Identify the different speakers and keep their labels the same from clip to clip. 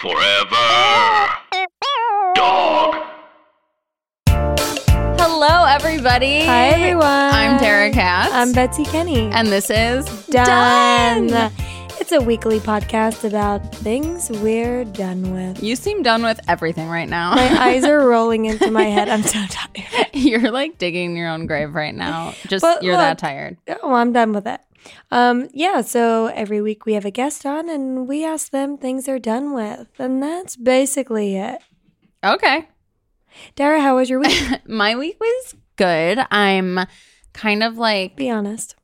Speaker 1: Forever. Dog.
Speaker 2: Hello, everybody.
Speaker 3: Hi, everyone.
Speaker 2: I'm Tara Katz.
Speaker 3: I'm Betsy Kenny.
Speaker 2: And this is
Speaker 3: done. It's a weekly podcast about things we're done with.
Speaker 2: You seem done with everything right now.
Speaker 3: My eyes are rolling into my head. I'm so tired.
Speaker 2: you're like digging your own grave right now. Just
Speaker 3: But
Speaker 2: you're
Speaker 3: look-
Speaker 2: that tired.
Speaker 3: Oh, I'm done with it. Um, yeah, so every week we have a guest on and we ask them things they're done with. And that's basically it.
Speaker 2: Okay.
Speaker 3: Dara, how was your week?
Speaker 2: My week was good. I'm kind of like,
Speaker 3: Be honest.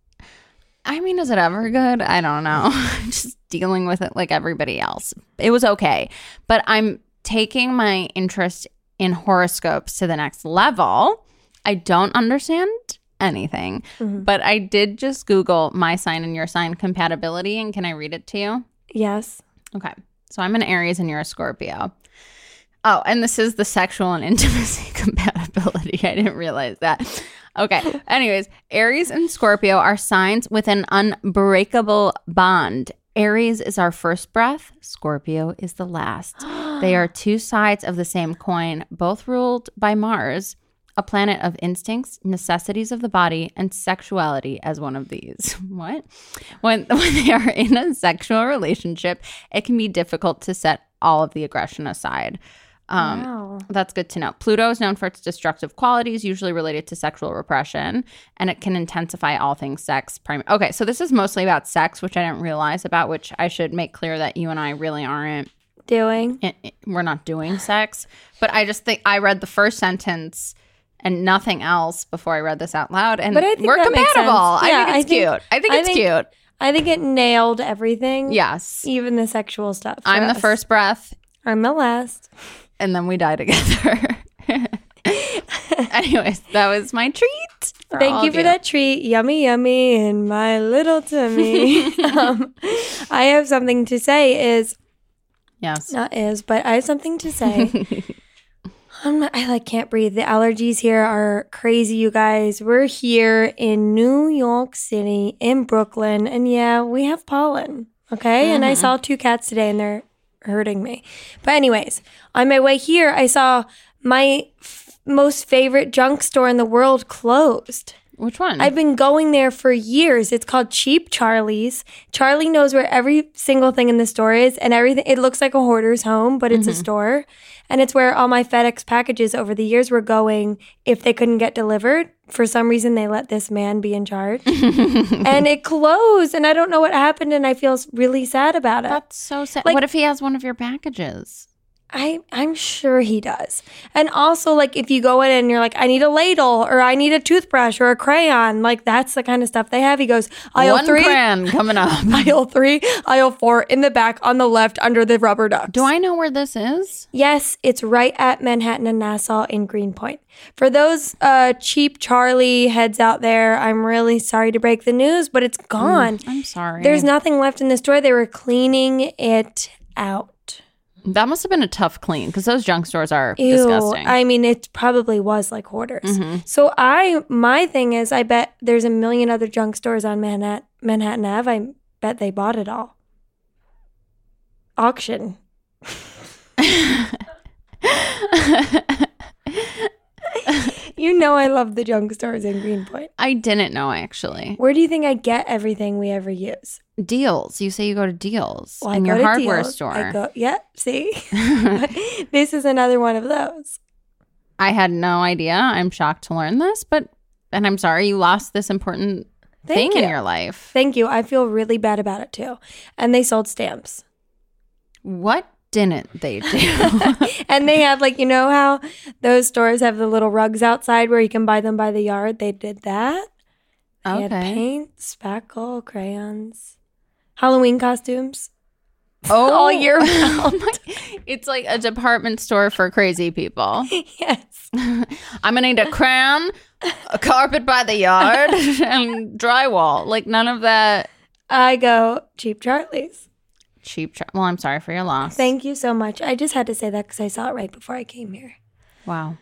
Speaker 2: I mean, is it ever good? I don't know. Just dealing with it like everybody else. It was okay. But I'm taking my interest in horoscopes to the next level. I don't understand anything.
Speaker 3: Mhm.
Speaker 2: But I did just Google my sign and your sign compatibility, and can I read it to you?
Speaker 3: Yes.
Speaker 2: Okay. So I'm an Aries and you're a Scorpio. Oh, and this is the sexual and intimacy compatibility. I didn't realize that. Okay. Anyways, Aries and Scorpio are signs with an unbreakable bond. Aries is our first breath, Scorpio is the last. They are two sides of the same coin, both ruled by Mars, a planet of instincts, necessities of the body, and sexuality as one of these. What? When, when they are in a sexual relationship, it can be difficult to set all of the aggression aside. Um,
Speaker 3: wow.
Speaker 2: that's good to know. Pluto is known for its destructive qualities, usually related to sexual repression, and it can intensify all things sex. Prim- okay, so this is mostly about sex, which I didn't realize about, which I should make clear that you and I really aren't.
Speaker 3: Doing.
Speaker 2: i i- eh, we're not doing sex, but I just think I read the first sentence and nothing else before I read this out loud, and
Speaker 3: But I think
Speaker 2: we're
Speaker 3: that makes
Speaker 2: compatible.
Speaker 3: sense. Yeah,
Speaker 2: I think it's
Speaker 3: I think-
Speaker 2: cute. I think
Speaker 3: I
Speaker 2: it's
Speaker 3: think-
Speaker 2: cute.
Speaker 3: I think it nailed everything.
Speaker 2: Yes,
Speaker 3: Even the sexual stuff. for
Speaker 2: I'm the
Speaker 3: us.
Speaker 2: first breath,
Speaker 3: I'm the last.
Speaker 2: and then we die together. Anyways, that was my treat. for all
Speaker 3: Thank you
Speaker 2: of
Speaker 3: for that treat. Yummy, yummy in my little tummy. um, I have something to say is
Speaker 2: Yes.
Speaker 3: not is, but I have something to say. I'm not, I like can't breathe. The allergies here are crazy, you guys. We're here in New York City, in Brooklyn, and yeah, we have pollen. Okay, and
Speaker 2: Mm-hmm.
Speaker 3: I saw two cats today, and they're hurting me. But anyways, on my way here, I saw my f- most favorite junk store in the world closed.
Speaker 2: Which one?
Speaker 3: I've been going there for years. It's called Cheap Charlie's. Charlie knows where every single thing in the store is and everything. It looks like a hoarder's home, but it's a store. And it's where all my FedEx packages over the years were going if they couldn't get delivered. For some reason, they let this man be in charge. and it closed, and I don't know what happened, and I feel s- really sad about it.
Speaker 2: That's so sad.
Speaker 3: Like-
Speaker 2: what if he has one of your packages?
Speaker 3: I I'm sure he does. And also like if you go in and you're like I need a ladle or I need a toothbrush or a crayon, like that's the kind of stuff they have. He goes, "Aisle
Speaker 2: one
Speaker 3: 3,
Speaker 2: grand coming up.
Speaker 3: aisle 3, aisle 4 in the back on the left under the rubber ducks."
Speaker 2: Do I know where this is?
Speaker 3: Yes, it's right at Manhattan and Nassau in Greenpoint. For those uh, cheap Charlie heads out there, I'm really sorry to break the news, but it's gone.
Speaker 2: Mm, I'm sorry.
Speaker 3: There's nothing left in the store. They were cleaning it out.
Speaker 2: That must have been a tough clean because those junk stores are
Speaker 3: Ew,
Speaker 2: disgusting. Mm-hmm.
Speaker 3: I mean, it probably was like hoarders. So I, my thing is, I bet there's a million other junk stores on Manhattan, Manhattan Ave. I bet they bought it all. Auction. you know I love the junk stores in Greenpoint.
Speaker 2: I didn't know actually.
Speaker 3: Where do you think I get everything we ever use?
Speaker 2: Deals. You say you go to deals
Speaker 3: Well, I
Speaker 2: in
Speaker 3: go
Speaker 2: your
Speaker 3: to
Speaker 2: hardware
Speaker 3: Dealz.
Speaker 2: store.
Speaker 3: I go, yep, see? this is another one of those.
Speaker 2: I had no idea. I'm shocked to learn this, but and I'm sorry you lost this important thing
Speaker 3: Thank you.
Speaker 2: in your life.
Speaker 3: Thank you. I feel really bad about it too. And they sold stamps.
Speaker 2: What didn't they do?
Speaker 3: and they had like you know how those stores have the little rugs outside where you can buy them by the yard. They did that. They had
Speaker 2: Okay.
Speaker 3: paint, spackle, crayons, Halloween costumes.
Speaker 2: Oh,
Speaker 3: All year
Speaker 2: round. it's like a department store for crazy people.
Speaker 3: yes.
Speaker 2: I'm gonna need a crayon, a carpet by the yard, and drywall. Like none of that
Speaker 3: I go cheap Charlie's.
Speaker 2: cheap. Tra- well, I'm sorry for your loss.
Speaker 3: Thank you so much. I just had to say that because I saw it right before I came here.
Speaker 2: wow.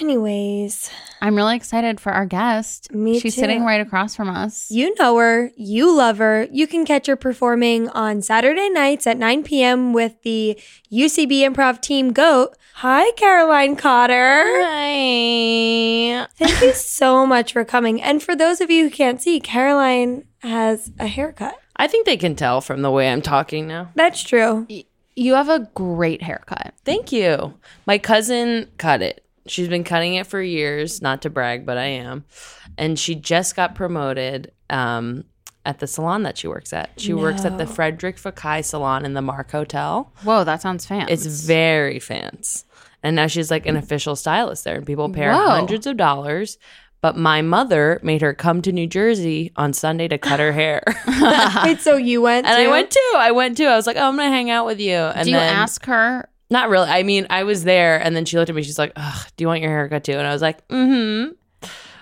Speaker 3: Anyways,
Speaker 2: I'm really excited for our guest.
Speaker 3: Me
Speaker 2: She's
Speaker 3: too.
Speaker 2: sitting right across from us.
Speaker 3: you know her, you love her. You can catch her performing on Saturday nights at 9 p.m. with the UCB improv team GOAT. Hi, Caroline Cotter.
Speaker 2: Hi.
Speaker 3: Thank you so much for coming. And for those of you who can't see, Caroline has a haircut.
Speaker 4: I think they can tell from the way I'm talking now.
Speaker 3: That's true.
Speaker 2: You have a great haircut.
Speaker 4: Thank you. My cousin cut it. She's been cutting it for years, not to brag, but I am. And she just got promoted um, at the salon that she works at. She works at the Frederick Fakai Salon in the Mark Hotel.
Speaker 2: Whoa, that sounds fancy.
Speaker 4: It's very fancy. And now she's like an official stylist there, and people pay her
Speaker 2: Whoa.
Speaker 4: hundreds of dollars. But my mother made her come to New Jersey on Sunday to cut her hair. and
Speaker 3: Wait, so you went
Speaker 4: I
Speaker 3: too?
Speaker 4: went too. I went too. I was like, oh, I'm going to hang out with you. And
Speaker 2: Do you
Speaker 4: then,
Speaker 2: ask her?
Speaker 4: Not really. I mean, I was there, and then she looked at me. She's like, Ugh, "Do you want your haircut too?" And I was like, "Mm-hmm."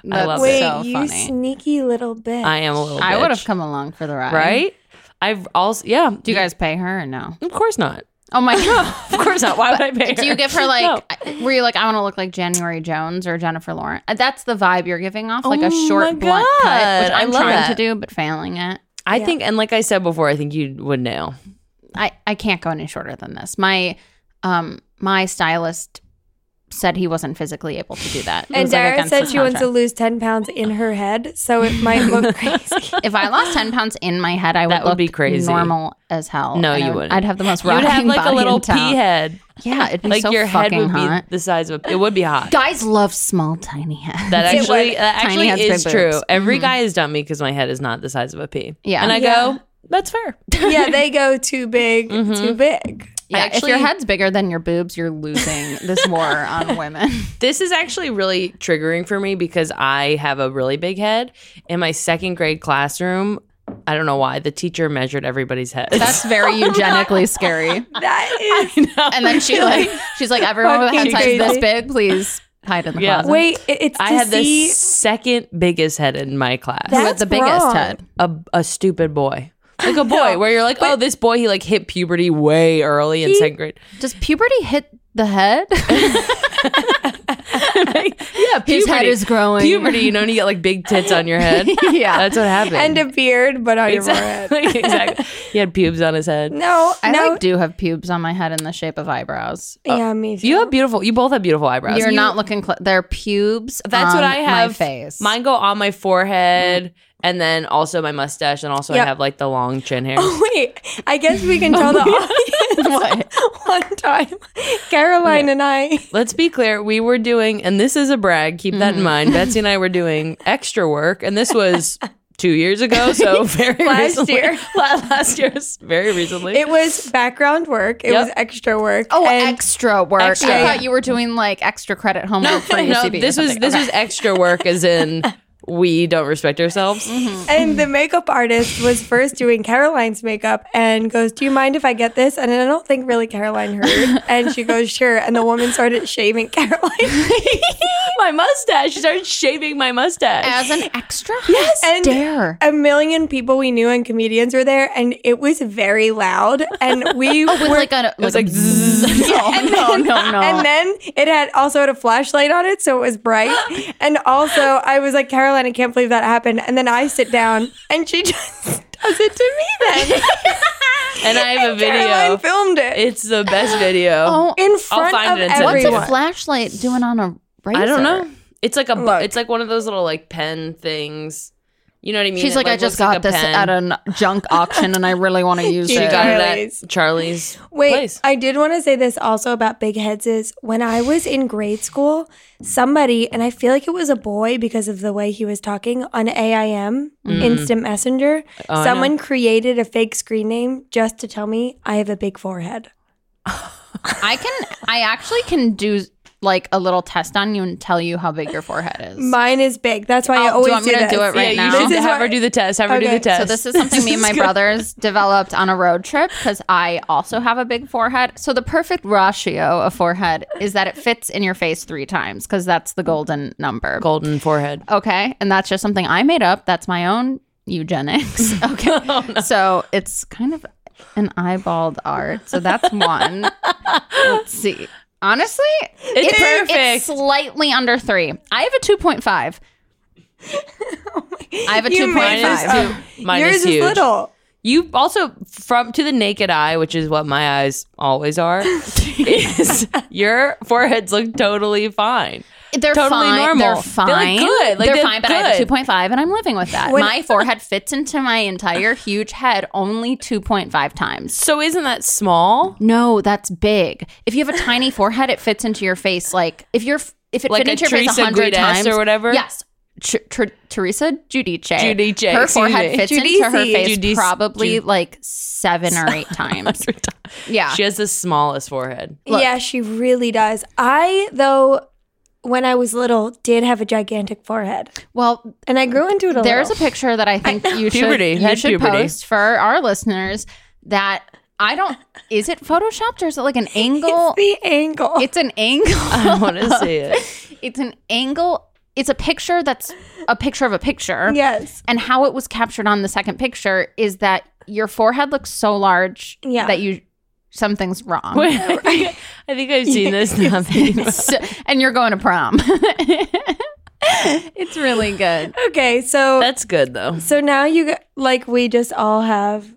Speaker 2: That's
Speaker 4: love it.
Speaker 3: Wait,
Speaker 2: so
Speaker 3: you
Speaker 2: funny.
Speaker 3: sneaky little bitch.
Speaker 4: I am a little.
Speaker 2: I would have
Speaker 4: bitch.
Speaker 2: come along for the ride.
Speaker 4: right. I've also yeah.
Speaker 2: Do you guys pay her or no?
Speaker 4: Of course not.
Speaker 2: Oh my god.
Speaker 4: Of course not. Why would I pay?
Speaker 2: Do you give her like? Were you like, I want to look like January Jones or Jennifer Lawrence? Uh, That's the vibe you're giving off, like
Speaker 4: Oh
Speaker 2: a
Speaker 4: my
Speaker 2: short blunt cut, which
Speaker 4: God. I
Speaker 2: I'm
Speaker 4: love
Speaker 2: trying
Speaker 4: that.
Speaker 2: to do but failing it.
Speaker 4: I think, and like I said before, I think you would know.
Speaker 2: I I can't go any shorter than this. My um my stylist said he wasn't physically able to do that. It
Speaker 3: and
Speaker 2: was, like,
Speaker 3: Dara
Speaker 2: against
Speaker 3: said
Speaker 2: his
Speaker 3: she wants to
Speaker 2: contract.
Speaker 3: lose 10 pounds in her head, so it might look crazy.
Speaker 2: If I lost ten pounds in my head, I would
Speaker 4: That would
Speaker 2: look
Speaker 4: be crazy.
Speaker 2: normal as hell.
Speaker 4: No,
Speaker 2: And I
Speaker 4: you
Speaker 2: would-
Speaker 4: wouldn't.
Speaker 2: I'd have the most
Speaker 4: You'd
Speaker 2: rocking
Speaker 4: have like a
Speaker 2: body
Speaker 4: little
Speaker 2: in town.
Speaker 4: pea head.
Speaker 2: Yeah, it'd be
Speaker 4: Like
Speaker 2: so
Speaker 4: your head
Speaker 2: fucking
Speaker 4: would
Speaker 2: hot.
Speaker 4: be the size of a. It would be hot.
Speaker 2: Guys love small, tiny heads.
Speaker 4: That
Speaker 3: It
Speaker 4: actually,
Speaker 3: would.
Speaker 4: that
Speaker 2: Tiny
Speaker 4: actually
Speaker 2: heads,
Speaker 4: is
Speaker 2: big
Speaker 4: true.
Speaker 2: boobs. Mm-hmm.
Speaker 4: Every guy has dumped me because my head is not the size of a pea.
Speaker 2: Yeah.
Speaker 4: and I
Speaker 3: Yeah.
Speaker 4: go, "That's fair."
Speaker 3: yeah, they go too big,
Speaker 2: Mm-hmm.
Speaker 3: too big.
Speaker 2: Yeah,
Speaker 4: Actually-
Speaker 2: if your head's bigger than your boobs, you're losing this war on women.
Speaker 4: This is actually really triggering for me because I have a really big head. In my second grade classroom, I don't know why, the teacher measured everybody's head.
Speaker 2: That's very eugenically scary.
Speaker 3: That is.
Speaker 2: Oh, And then she like she's like everyone with a head
Speaker 3: Fucking
Speaker 2: size this
Speaker 3: crazy.
Speaker 2: big, please hide in the
Speaker 4: Yeah.
Speaker 2: closet.
Speaker 3: Wait, it- it's
Speaker 4: I
Speaker 3: to
Speaker 4: had the
Speaker 3: see-
Speaker 4: second biggest head in my class.
Speaker 2: Who
Speaker 3: That-
Speaker 2: had the
Speaker 3: that's
Speaker 2: biggest
Speaker 3: wrong.
Speaker 2: head?
Speaker 4: a, a stupid boy. Like a boy,
Speaker 3: No,
Speaker 4: where you're like, oh, this boy, he like hit puberty way early in second grade.
Speaker 2: Does puberty hit the head?
Speaker 4: Yeah, puberty.
Speaker 2: His head is growing.
Speaker 4: Puberty, you know, and you get like big tits on your head.
Speaker 2: Yeah.
Speaker 4: That's what happened.
Speaker 3: and a beard, but on your forehead.
Speaker 4: exactly. exactly. He had pubes on his head.
Speaker 3: No,
Speaker 2: I
Speaker 3: no.
Speaker 2: like do have pubes on my head in the shape of eyebrows.
Speaker 3: yeah, me too.
Speaker 4: oh. You have beautiful, you both have beautiful eyebrows.
Speaker 2: You're not looking. Cl- they're pubes.
Speaker 4: That's
Speaker 2: on
Speaker 4: what I have.
Speaker 2: My face.
Speaker 4: Mine go on my forehead and then also my mustache and also
Speaker 3: Yep. Oh
Speaker 4: I have like the long chin hair.
Speaker 3: Wait, I guess we can
Speaker 4: Oh,
Speaker 3: tell the audience one time. Caroline and I.
Speaker 4: Let's be clear, we were doing and this is a brag, keep that in mind. Betsy and I were doing extra work and this was 2 years ago, so very
Speaker 3: Last
Speaker 4: recently.
Speaker 3: year.
Speaker 4: La- last year, very recently.
Speaker 3: It was background work. It
Speaker 4: Yep.
Speaker 3: was extra work.
Speaker 2: Oh,
Speaker 3: and
Speaker 2: extra work.
Speaker 4: Extra,
Speaker 2: I
Speaker 4: yeah.
Speaker 2: thought you were doing like extra credit homework for UCB.
Speaker 4: no,
Speaker 2: or
Speaker 4: this was
Speaker 2: something.
Speaker 4: this
Speaker 2: Okay.
Speaker 4: was extra work as in we don't respect ourselves.
Speaker 3: and the makeup artist was first doing Caroline's makeup and goes, "Do you mind if I get this?" And I don't think really Caroline heard, and she goes, "Sure." And the woman started shaving Caroline,
Speaker 4: my mustache. She started shaving my mustache.
Speaker 2: as an extra. Yes,
Speaker 3: and
Speaker 2: dare.
Speaker 3: a million people we knew and comedians were there, and it was very loud, and we
Speaker 2: with
Speaker 3: were.
Speaker 2: like a like,
Speaker 4: like,
Speaker 2: bzzz. no, no, no, no.
Speaker 3: And then it had also had a flashlight on it, so it was bright. And also, I was like, Caroline, I can't believe that happened. And then I sit down, and she just does it to me. Then
Speaker 4: and I have a video.
Speaker 3: Caroline filmed it
Speaker 4: It's the best video.
Speaker 2: oh,
Speaker 3: in
Speaker 4: I'll
Speaker 3: front
Speaker 4: find
Speaker 3: of
Speaker 4: it and send it to
Speaker 2: what's
Speaker 4: you.
Speaker 3: everyone.
Speaker 2: a flashlight doing on a razor?
Speaker 4: I don't know. It's like a bu-
Speaker 3: Look.
Speaker 4: it's like one of those little like pen things. You know what I mean?
Speaker 2: She's
Speaker 4: It,
Speaker 2: like, I just
Speaker 4: looks like
Speaker 2: got
Speaker 4: a
Speaker 2: this
Speaker 4: pen.
Speaker 2: at an junk auction and I really want to use
Speaker 4: She
Speaker 2: it.
Speaker 4: got
Speaker 3: Charlie's.
Speaker 4: it at Charlie's.
Speaker 3: Wait,
Speaker 4: place.
Speaker 3: I did want to say this also about big heads is when I was in grade school, somebody, and I feel like it was a boy because of the way he was talking on AIM,
Speaker 2: Mm-hmm.
Speaker 3: Instant Messenger,
Speaker 4: Oh, I know.
Speaker 3: someone created a fake screen name just to tell me I have a big forehead.
Speaker 2: I can I actually can do like a little test on you and tell you how big your forehead is.
Speaker 3: Mine is big. That's why I
Speaker 2: Oh, do
Speaker 3: always
Speaker 2: you want me to do
Speaker 3: this.
Speaker 2: it right
Speaker 4: yeah,
Speaker 2: now?
Speaker 4: you should
Speaker 3: This is
Speaker 4: have
Speaker 3: why-
Speaker 4: her do the test. Have her do
Speaker 3: Okay.
Speaker 4: the
Speaker 3: So
Speaker 4: test.
Speaker 2: so this is something me and my brothers developed on a road trip because I also have a big forehead. So the perfect ratio of forehead is that it fits in your face three times because that's the golden number.
Speaker 4: golden forehead.
Speaker 2: Okay, and that's just something I made up. That's my own eugenics. Okay, so it's kind of an eyeballed art. So that's one. Let's see. Honestly,
Speaker 4: It's perfect.
Speaker 2: It's slightly under three. I have a two point five. I have a
Speaker 3: You
Speaker 2: two point
Speaker 3: made
Speaker 4: Mine
Speaker 3: this
Speaker 2: five.
Speaker 3: up.
Speaker 4: is, huge. Mine
Speaker 3: Yours
Speaker 4: is huge.
Speaker 3: little.
Speaker 4: You also from to the naked eye, which is what my eyes always are, is your foreheads look totally fine.
Speaker 2: They're
Speaker 4: Totally
Speaker 2: fine.
Speaker 4: normal.
Speaker 2: They're
Speaker 4: They look
Speaker 2: fine.
Speaker 4: good. Like,
Speaker 2: they're,
Speaker 4: they're
Speaker 2: fine, but I have a
Speaker 4: good.
Speaker 2: two point five, and I'm living with that. my forehead fits into my entire huge head only two point five times.
Speaker 4: So isn't that small?
Speaker 2: No, that's big. If you have a tiny forehead, it fits into your face. Like if you're if it
Speaker 4: Like
Speaker 2: fit
Speaker 4: a
Speaker 2: into your face
Speaker 4: Teresa
Speaker 2: a hundred
Speaker 4: Guides
Speaker 2: times
Speaker 4: or whatever?
Speaker 2: Yes. Tr- tr- Teresa Giudice.
Speaker 4: Giudice,
Speaker 2: Her
Speaker 4: excuse
Speaker 2: forehead
Speaker 4: me.
Speaker 2: fits into her
Speaker 4: Giudice.
Speaker 2: face
Speaker 4: Giudice-
Speaker 2: probably
Speaker 4: Giud-
Speaker 2: like seven or eight times. Yeah.
Speaker 4: She has the smallest forehead.
Speaker 2: Look.
Speaker 3: Yeah, she really does. I though when I was little did have a gigantic forehead.
Speaker 2: Well,
Speaker 3: And I grew into it a
Speaker 2: there's a
Speaker 3: little.
Speaker 2: picture that I think you should
Speaker 4: Puberty.
Speaker 2: you
Speaker 4: Had
Speaker 2: should
Speaker 4: puberty.
Speaker 2: post for our listeners that I don't. Is it photoshopped or is it like an angle?
Speaker 3: the angle.
Speaker 2: It's an angle.
Speaker 4: I want to see it.
Speaker 2: It's an angle. It's a picture that's a picture of a picture.
Speaker 3: yes.
Speaker 2: and how it was captured on the second picture is that your forehead looks so large
Speaker 3: Yeah.
Speaker 2: that you something's wrong
Speaker 4: Wait, I think- I think I've seen this. Nothing.
Speaker 2: So- and you're going to prom it's really good
Speaker 3: Okay, so
Speaker 4: That's good though.
Speaker 3: So now you g- like we just all have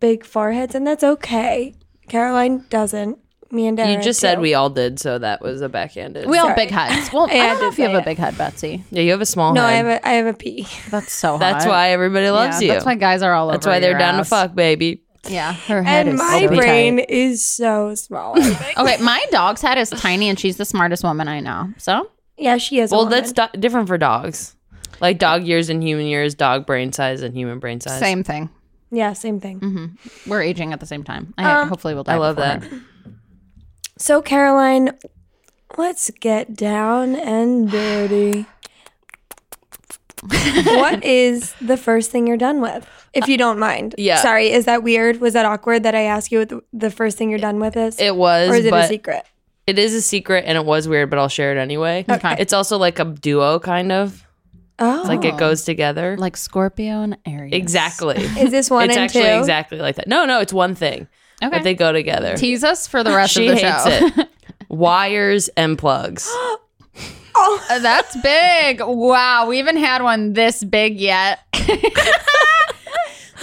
Speaker 3: big foreheads, and that's okay. Caroline doesn't. Me and Dara
Speaker 4: You just
Speaker 3: do.
Speaker 4: said we all did, so that was a backhanded.
Speaker 2: we all
Speaker 3: Sorry.
Speaker 2: big heads well i,
Speaker 3: Yeah, I
Speaker 2: don't know
Speaker 3: did
Speaker 2: if you
Speaker 3: say
Speaker 2: have a
Speaker 3: it.
Speaker 2: big head betsy
Speaker 4: yeah, you have a small
Speaker 3: No,
Speaker 4: head.
Speaker 3: I have a I have a P.
Speaker 2: that's so
Speaker 4: that's
Speaker 2: hot.
Speaker 4: why everybody loves
Speaker 2: Yeah,
Speaker 4: you.
Speaker 2: that's why guys are all
Speaker 4: That's
Speaker 2: over
Speaker 4: why they're
Speaker 2: your
Speaker 4: down to
Speaker 2: ass.
Speaker 4: fuck, baby.
Speaker 2: yeah her head
Speaker 3: and
Speaker 2: is
Speaker 3: my
Speaker 2: so
Speaker 3: brain
Speaker 2: tight.
Speaker 3: is so small.
Speaker 2: okay my dog's head is tiny and she's the smartest woman i know so
Speaker 3: yeah, she is.
Speaker 4: Well,
Speaker 3: a woman.
Speaker 4: that's do- different for dogs. Like dog years and human years, dog brain size and human brain size.
Speaker 2: same thing
Speaker 3: yeah, same thing.
Speaker 4: Mm-hmm.
Speaker 2: we're aging at the same time i hopefully we'll die
Speaker 4: Uh, I love
Speaker 2: before
Speaker 4: that.
Speaker 2: her.
Speaker 3: So Caroline, let's get down and dirty. what is the first thing you're done with, if you don't mind?
Speaker 4: yeah.
Speaker 3: Sorry, is that weird? Was that awkward that I asked you what the, the first thing you're done with is?
Speaker 4: It was,
Speaker 3: or is it
Speaker 4: but
Speaker 3: a secret?
Speaker 4: it is a secret and it was weird, but I'll share it anyway.
Speaker 2: Okay.
Speaker 4: It's also like a duo kind of.
Speaker 3: Oh,
Speaker 4: It's like it goes together.
Speaker 2: like scorpio and aries
Speaker 4: exactly.
Speaker 3: Oh. is this one
Speaker 4: it's
Speaker 3: and
Speaker 4: actually
Speaker 3: two?
Speaker 4: exactly like that. No, no, it's one thing.
Speaker 2: okay
Speaker 4: But they go together.
Speaker 2: tease us for the rest
Speaker 4: she
Speaker 2: of the
Speaker 4: hates
Speaker 2: show.
Speaker 4: it. Wires and plugs.
Speaker 2: Uh, That's big. Wow, we haven't had one this big yet.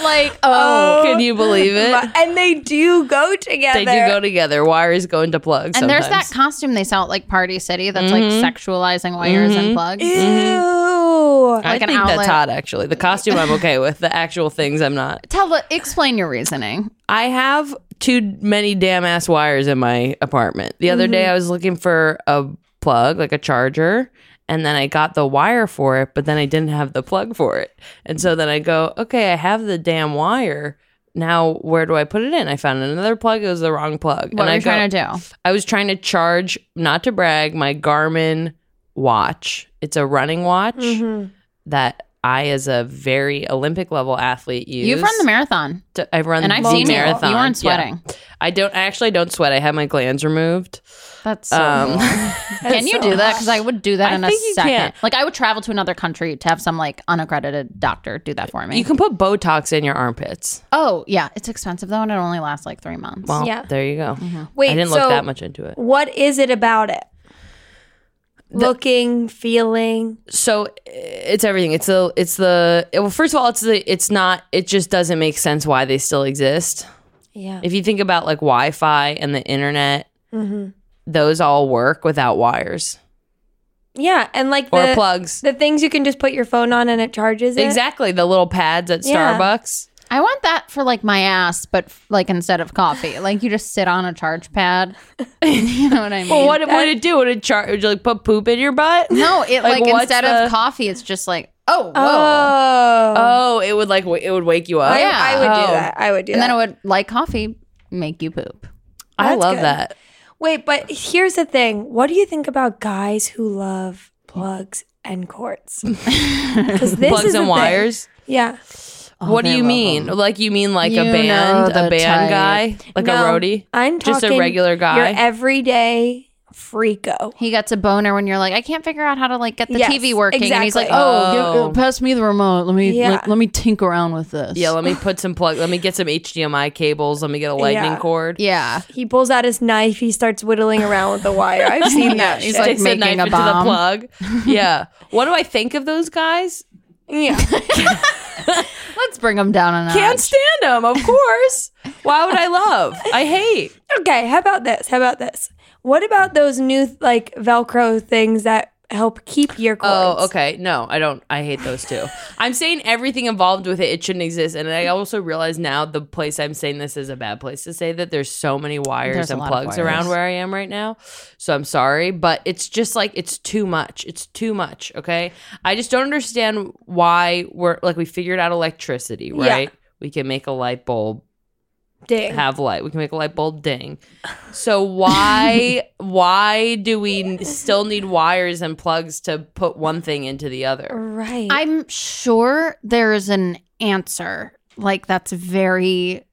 Speaker 2: like, oh,
Speaker 4: Can you believe it?
Speaker 3: My- and they do go together.
Speaker 4: they do go together. Wires go into plugs.
Speaker 2: and there's that
Speaker 4: sometimes. Mm-hmm.
Speaker 2: costume they sell at like Party City that's like sexualizing wires and plugs.
Speaker 3: Ew.
Speaker 2: like
Speaker 4: I
Speaker 2: an
Speaker 4: think
Speaker 2: outlet.
Speaker 4: that's hot actually. The costume I'm okay with. The actual things I'm not.
Speaker 2: Tell the explain your reasoning.
Speaker 4: I have too many damn ass wires in my apartment. The other
Speaker 2: Mm-hmm.
Speaker 4: day I was looking for a plug, like a charger, and then I got the wire for it, but then I didn't have the plug for it. And so then I go, okay, I have the damn wire. Now where do I put it in? I found another plug. It was the wrong plug.
Speaker 2: What
Speaker 4: and
Speaker 2: are
Speaker 4: I
Speaker 2: you
Speaker 4: go-
Speaker 2: trying to do?
Speaker 4: I was trying to charge, not to brag, my Garmin watch. It's a running watch
Speaker 2: Mm-hmm.
Speaker 4: that I, as a very Olympic level athlete, use.
Speaker 2: You've run the marathon,
Speaker 4: marathon. I've run
Speaker 2: and I've
Speaker 4: the
Speaker 2: seen you.
Speaker 4: marathon.
Speaker 2: You weren't
Speaker 4: Yeah.
Speaker 2: sweating.
Speaker 4: I don't. I actually don't sweat. I had my glands removed.
Speaker 2: That's so.
Speaker 4: Um,
Speaker 2: cool. Can you do that? Because I would do that
Speaker 4: I
Speaker 2: in a
Speaker 4: think you
Speaker 2: second.
Speaker 4: can.
Speaker 2: Like I would travel to another country to have some like unaccredited doctor do that for me.
Speaker 4: You can put Botox in your armpits.
Speaker 2: oh yeah, it's expensive though, and it only lasts like three months.
Speaker 4: Well,
Speaker 3: Yeah.
Speaker 4: there you go.
Speaker 2: Mm-hmm.
Speaker 3: Wait,
Speaker 4: I didn't
Speaker 3: so
Speaker 4: look that much into it.
Speaker 3: What is it about it? Looking, feeling.
Speaker 4: So eh, it's everything. It's the. It's the. Well, first of all, it's the. It's not. It just doesn't make sense why they still exist.
Speaker 3: Yeah.
Speaker 4: If you think about like
Speaker 3: Mm-hmm.
Speaker 4: Wi-Fi and the internet, those all work without wires.
Speaker 3: Yeah, and like
Speaker 4: or
Speaker 3: the
Speaker 4: plugs.
Speaker 3: the things you can just put your phone on and it charges it.
Speaker 4: Exactly, the little pads at
Speaker 3: Yeah.
Speaker 4: Starbucks.
Speaker 2: I want that for like my ass, but f- like instead of coffee, like you just sit on a charge pad. you know what I mean?
Speaker 4: Well, what would it do? Would it charge? Would you like put poop in your butt?
Speaker 2: no, it
Speaker 4: Like,
Speaker 2: like,
Speaker 4: what's
Speaker 2: instead
Speaker 4: the-
Speaker 2: of coffee, it's just like oh whoa,
Speaker 3: Oh,
Speaker 4: Oh, it would like w- it would wake you up.
Speaker 3: I,
Speaker 2: yeah.
Speaker 3: I would
Speaker 4: Oh.
Speaker 3: do that. I would do
Speaker 2: and
Speaker 3: that.
Speaker 2: then it would like coffee make you poop.
Speaker 4: I
Speaker 3: That's
Speaker 4: love
Speaker 3: good.
Speaker 4: that.
Speaker 3: Wait, but here's the thing. What do you think about guys who love plugs and cords? Because this
Speaker 4: Plugs
Speaker 3: is the thing. Oh,
Speaker 4: and wires.
Speaker 3: Yeah,
Speaker 4: what do
Speaker 2: they
Speaker 4: you
Speaker 2: love
Speaker 4: mean?
Speaker 2: 'em.
Speaker 4: Like you mean like
Speaker 2: You
Speaker 4: a
Speaker 2: know
Speaker 4: band, a
Speaker 2: the type.
Speaker 4: band guy, like
Speaker 3: No,
Speaker 4: a roadie?
Speaker 3: I'm
Speaker 4: Just a
Speaker 3: talking
Speaker 4: regular guy?
Speaker 3: your everyday freako.
Speaker 2: He gets a boner when you're like, I can't figure out how to like get the
Speaker 3: Yes,
Speaker 2: TV working, and he's like,
Speaker 3: exactly.
Speaker 2: oh,
Speaker 4: Oh.
Speaker 2: give- pass me the remote. Let me
Speaker 3: Yeah.
Speaker 2: let, let me tinker around with this.
Speaker 4: Yeah, let me put some plug. Let me get some HDMI cables. Let me get a lightning
Speaker 3: Yeah.
Speaker 4: cord.
Speaker 2: yeah.
Speaker 3: He pulls out his knife. He starts whittling around with the wire. I've seen that.
Speaker 2: he's
Speaker 3: shit.
Speaker 2: like
Speaker 4: Sticks a
Speaker 2: making
Speaker 4: knife
Speaker 2: a
Speaker 4: into the
Speaker 2: bomb.
Speaker 4: plug. Yeah. What do I think of those guys?
Speaker 3: yeah.
Speaker 2: Let's bring him down a notch.
Speaker 4: Can't stand them, of course. Why would I love? I hate.
Speaker 3: Okay, how about this? How about this? What about those new like Velcro things that help keep your cords?
Speaker 4: Oh, okay. No, I don't. I hate those too. I'm saying everything involved with it, it shouldn't exist. And I also realize now the place I'm saying this is a bad place to say that there's so many wires
Speaker 2: There's a
Speaker 4: and
Speaker 2: lot of
Speaker 4: plugs
Speaker 2: wires.
Speaker 4: around where I am right now. So I'm sorry, but it's just like it's too much. It's too much. Okay. I just don't understand why we're like we figured out electricity,
Speaker 3: Yeah.
Speaker 4: right? We can make a light bulb
Speaker 3: Dang.
Speaker 4: have light. We can make a light bulb ding. So why why do we n- still need wires and plugs to put one thing into the other?
Speaker 3: right.
Speaker 2: I'm sure there's an answer like that's very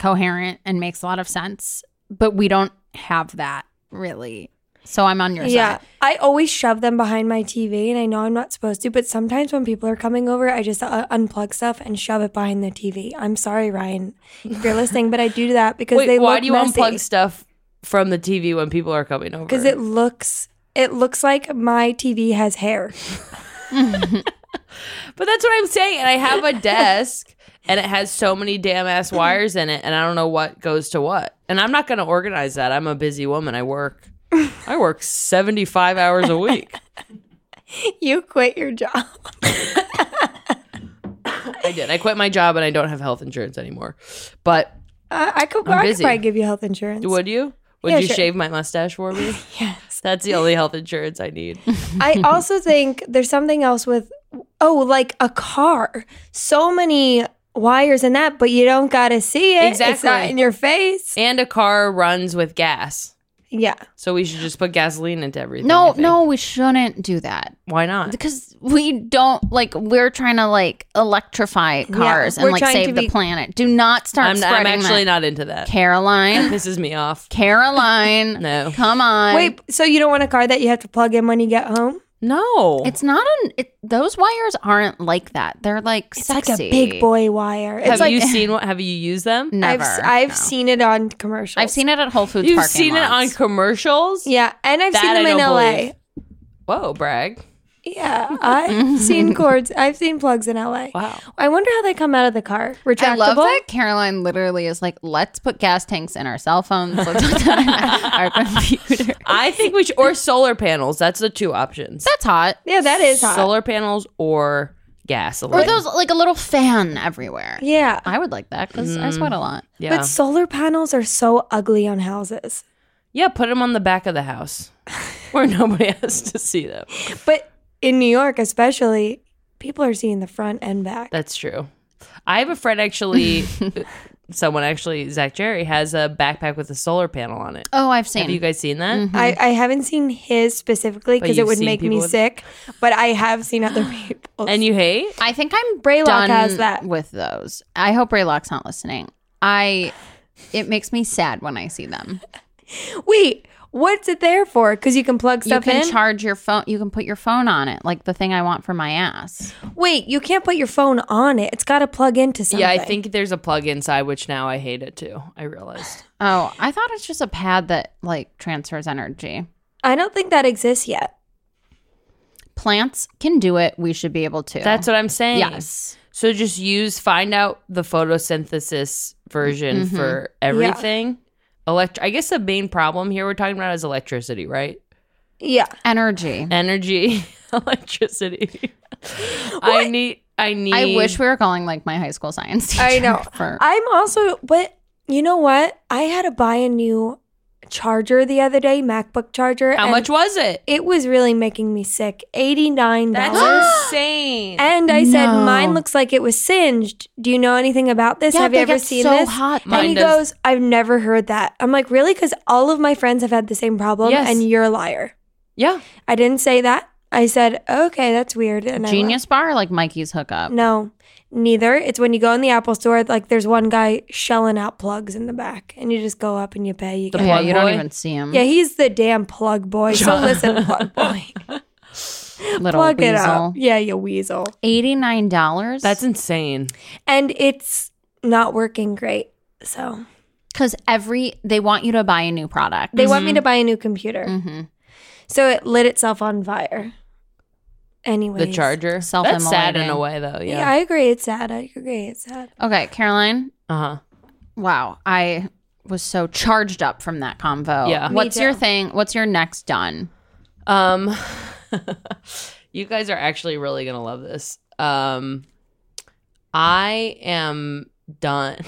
Speaker 2: coherent and makes a lot of sense, but we don't have that really. So I'm on your
Speaker 3: yeah,
Speaker 2: side.
Speaker 3: I always shove them behind my TV, and I know I'm not supposed to, but sometimes when people are coming over, I just uh, unplug stuff and shove it behind the TV. I'm sorry, Ryan, if you're listening, but I do that because
Speaker 4: Wait,
Speaker 3: they
Speaker 4: why
Speaker 3: look
Speaker 4: do you
Speaker 3: messy.
Speaker 4: unplug stuff from the TV when people are coming over?
Speaker 3: Because it looks, it looks like my TV has hair.
Speaker 4: but that's what I'm saying. And I have a desk and it has so many damn ass wires in it and I don't know what goes to what. And I'm not going to organize that. I'm a busy woman. I work I work 75 hours a week.
Speaker 3: you quit your job.
Speaker 4: I did. I quit my job and I don't have health insurance anymore. But
Speaker 3: I, I could,
Speaker 4: I'm
Speaker 3: I could
Speaker 4: busy.
Speaker 3: probably give you health insurance.
Speaker 4: Would you? Would
Speaker 3: Yeah,
Speaker 4: you
Speaker 3: sure.
Speaker 4: shave my mustache for me? yes. That's the only health insurance I need.
Speaker 3: I also think there's something else with oh, like a car. So many wires in that, but you don't gotta see it. It's not
Speaker 4: Exactly.
Speaker 3: in your face.
Speaker 4: and a car runs with gas.
Speaker 3: yeah.
Speaker 4: So we should just put gasoline into everything. I
Speaker 2: No,
Speaker 4: think.
Speaker 2: no, we shouldn't do that
Speaker 4: Why not?
Speaker 2: because we don't like we're trying to like electrify cars
Speaker 3: we're
Speaker 2: and like
Speaker 3: trying to
Speaker 2: save
Speaker 3: be-
Speaker 2: the planet. Do not start
Speaker 4: I'm, I'm
Speaker 2: spreading
Speaker 4: actually
Speaker 2: that.
Speaker 4: not into that.
Speaker 2: Caroline.
Speaker 4: Pisses me off.
Speaker 2: Caroline.
Speaker 4: No.
Speaker 2: Come on.
Speaker 3: Wait, so you don't want a car that you have to plug in when you get home?
Speaker 4: No.
Speaker 2: It's not an. It, those wires aren't like that. They're like
Speaker 3: It's
Speaker 2: sexy.
Speaker 3: like a big boy wire. It's
Speaker 4: have
Speaker 3: like
Speaker 4: you seen what? Have you used them?
Speaker 3: I've
Speaker 2: Never.
Speaker 3: I've
Speaker 2: No.
Speaker 3: seen it on commercials.
Speaker 2: I've seen it at Whole Foods.
Speaker 4: You've
Speaker 2: parking
Speaker 4: seen it on
Speaker 2: lots.
Speaker 4: commercials.
Speaker 3: Yeah, and I've
Speaker 4: That
Speaker 3: seen
Speaker 4: I
Speaker 3: them in
Speaker 4: don't
Speaker 3: LA.
Speaker 4: believe. Whoa, brag.
Speaker 3: Yeah, I've seen cords. I've seen plugs in LA.
Speaker 4: Wow.
Speaker 3: I wonder how they come out of the car. Retractable.
Speaker 2: I love that Caroline literally is like, let's put gas tanks in our cell phones, let's put them in our computer.
Speaker 4: I think we should, or solar panels. That's the two options.
Speaker 2: That's hot.
Speaker 3: Yeah, that is hot.
Speaker 4: solar panels or gasoline.
Speaker 2: Or those like a little fan everywhere.
Speaker 3: Yeah.
Speaker 2: I would like that because I sweat a lot.
Speaker 4: Mm. Yeah.
Speaker 3: But solar panels are so ugly on houses.
Speaker 4: Yeah, put them on the back of the house where nobody has to see them.
Speaker 3: But in New York, especially, people are seeing the front and back.
Speaker 4: That's true. I have a friend actually, uh, someone actually, Zach Jerry has a backpack with a solar panel on it.
Speaker 2: Oh, I've seen.
Speaker 4: Have you guys seen that?
Speaker 3: I, I haven't seen his specifically
Speaker 4: Hmm. But
Speaker 3: because it
Speaker 4: you've
Speaker 3: would
Speaker 4: seen
Speaker 3: make me
Speaker 4: people with-
Speaker 3: sick, but I have seen other people.
Speaker 4: And you hate?
Speaker 2: I think I'm
Speaker 3: Braylock
Speaker 2: done
Speaker 3: has that.
Speaker 2: with those. I hope Braylock's not listening. I. It makes me sad when I see them.
Speaker 3: Wait, what's it there for? Because you can plug
Speaker 2: You
Speaker 3: stuff
Speaker 2: can
Speaker 3: in.
Speaker 2: charge your phone. You can put your phone on it, like the thing I want for my ass.
Speaker 3: Wait, you can't put your phone on it. It's got to plug into something.
Speaker 4: Yeah, I think there's a plug inside, which now I hate it too. I realized.
Speaker 2: Oh, I thought it's just a pad that like transfers energy.
Speaker 3: I don't think that exists yet.
Speaker 2: Plants can do it. We should be able to.
Speaker 4: That's what I'm saying.
Speaker 2: yes.
Speaker 4: So just use, find out the photosynthesis version for everything. Elect- I guess the main problem here we're talking about is electricity, right?
Speaker 3: Yeah.
Speaker 2: Energy.
Speaker 4: Energy, electricity. I need. I need.
Speaker 2: I wish we were calling like my high school science teacher.
Speaker 3: I know.
Speaker 2: For,
Speaker 3: I'm also, but you know what? I had to buy a new charger the other day, MacBook charger.
Speaker 4: How
Speaker 3: and
Speaker 4: much was it?
Speaker 3: It was really making me sick. $89.
Speaker 4: That's insane.
Speaker 3: and I said,
Speaker 2: No.
Speaker 3: mine looks like it was singed. Do you know anything about this?
Speaker 2: Yeah,
Speaker 3: Have you
Speaker 2: they
Speaker 3: ever
Speaker 2: get
Speaker 3: seen
Speaker 2: so
Speaker 3: this?
Speaker 2: hot.
Speaker 3: and
Speaker 4: Mine
Speaker 3: he
Speaker 4: does.
Speaker 3: goes, I've never heard that. I'm like, really? Because all of my friends have had the same problem,
Speaker 4: Yes.
Speaker 3: and you're a liar.
Speaker 4: yeah.
Speaker 3: I didn't say that. I said, okay, that's weird. And I left.
Speaker 2: Genius bar or like Mikey's hookup?
Speaker 3: No, neither. It's when you go in the Apple store, like there's one guy shelling out plugs in the back, and you just go up and you pay. You
Speaker 4: The
Speaker 3: get
Speaker 2: yeah,
Speaker 4: plug
Speaker 2: you don't
Speaker 4: boy?
Speaker 2: even see him.
Speaker 3: yeah, he's the damn plug boy. So listen, plug boy.
Speaker 2: Little
Speaker 3: plug it
Speaker 2: weasel.
Speaker 3: up. Yeah, you weasel.
Speaker 2: Eighty-nine dollars.
Speaker 4: That's insane.
Speaker 3: And it's not working great. So
Speaker 2: because every they want you to buy a new product.
Speaker 3: they
Speaker 4: Mm-hmm.
Speaker 3: want me to buy a new computer.
Speaker 2: Mhm.
Speaker 3: So it lit itself on fire. Anyways.
Speaker 4: The charger. That's
Speaker 2: Self-immolating.
Speaker 4: sad in a way, though.
Speaker 3: Yeah.
Speaker 4: Yeah.
Speaker 3: I agree. It's sad. I agree. It's sad.
Speaker 2: Okay, Caroline.
Speaker 4: Uh huh.
Speaker 2: Wow, I was so charged up from that convo.
Speaker 4: Yeah. Me
Speaker 2: What's your
Speaker 3: too.
Speaker 2: thing? What's your next done?
Speaker 4: Um, you guys are actually really gonna love this. Um, I am done.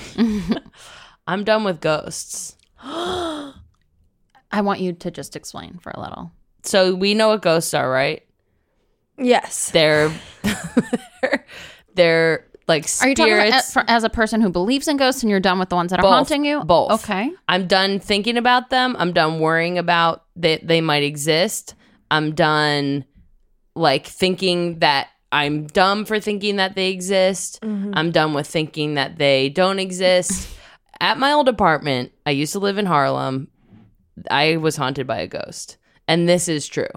Speaker 4: I'm done with ghosts.
Speaker 2: I want you to just explain for a little.
Speaker 4: So we know what ghosts are, right?
Speaker 3: Yes.
Speaker 4: They're they're, like spirits.
Speaker 2: Are you talking about, uh, eh, for- as a person who believes in ghosts and you're done with the ones that are
Speaker 4: Both.
Speaker 2: haunting you?
Speaker 4: Both.
Speaker 2: Okay.
Speaker 4: I'm done thinking about them. I'm done worrying about that they might exist. I'm done like thinking that I'm dumb for thinking that they exist.
Speaker 2: Mm-hmm.
Speaker 4: I'm done with thinking that they don't exist. At my old apartment, I used to live in Harlem. I was haunted by a ghost. And this is true.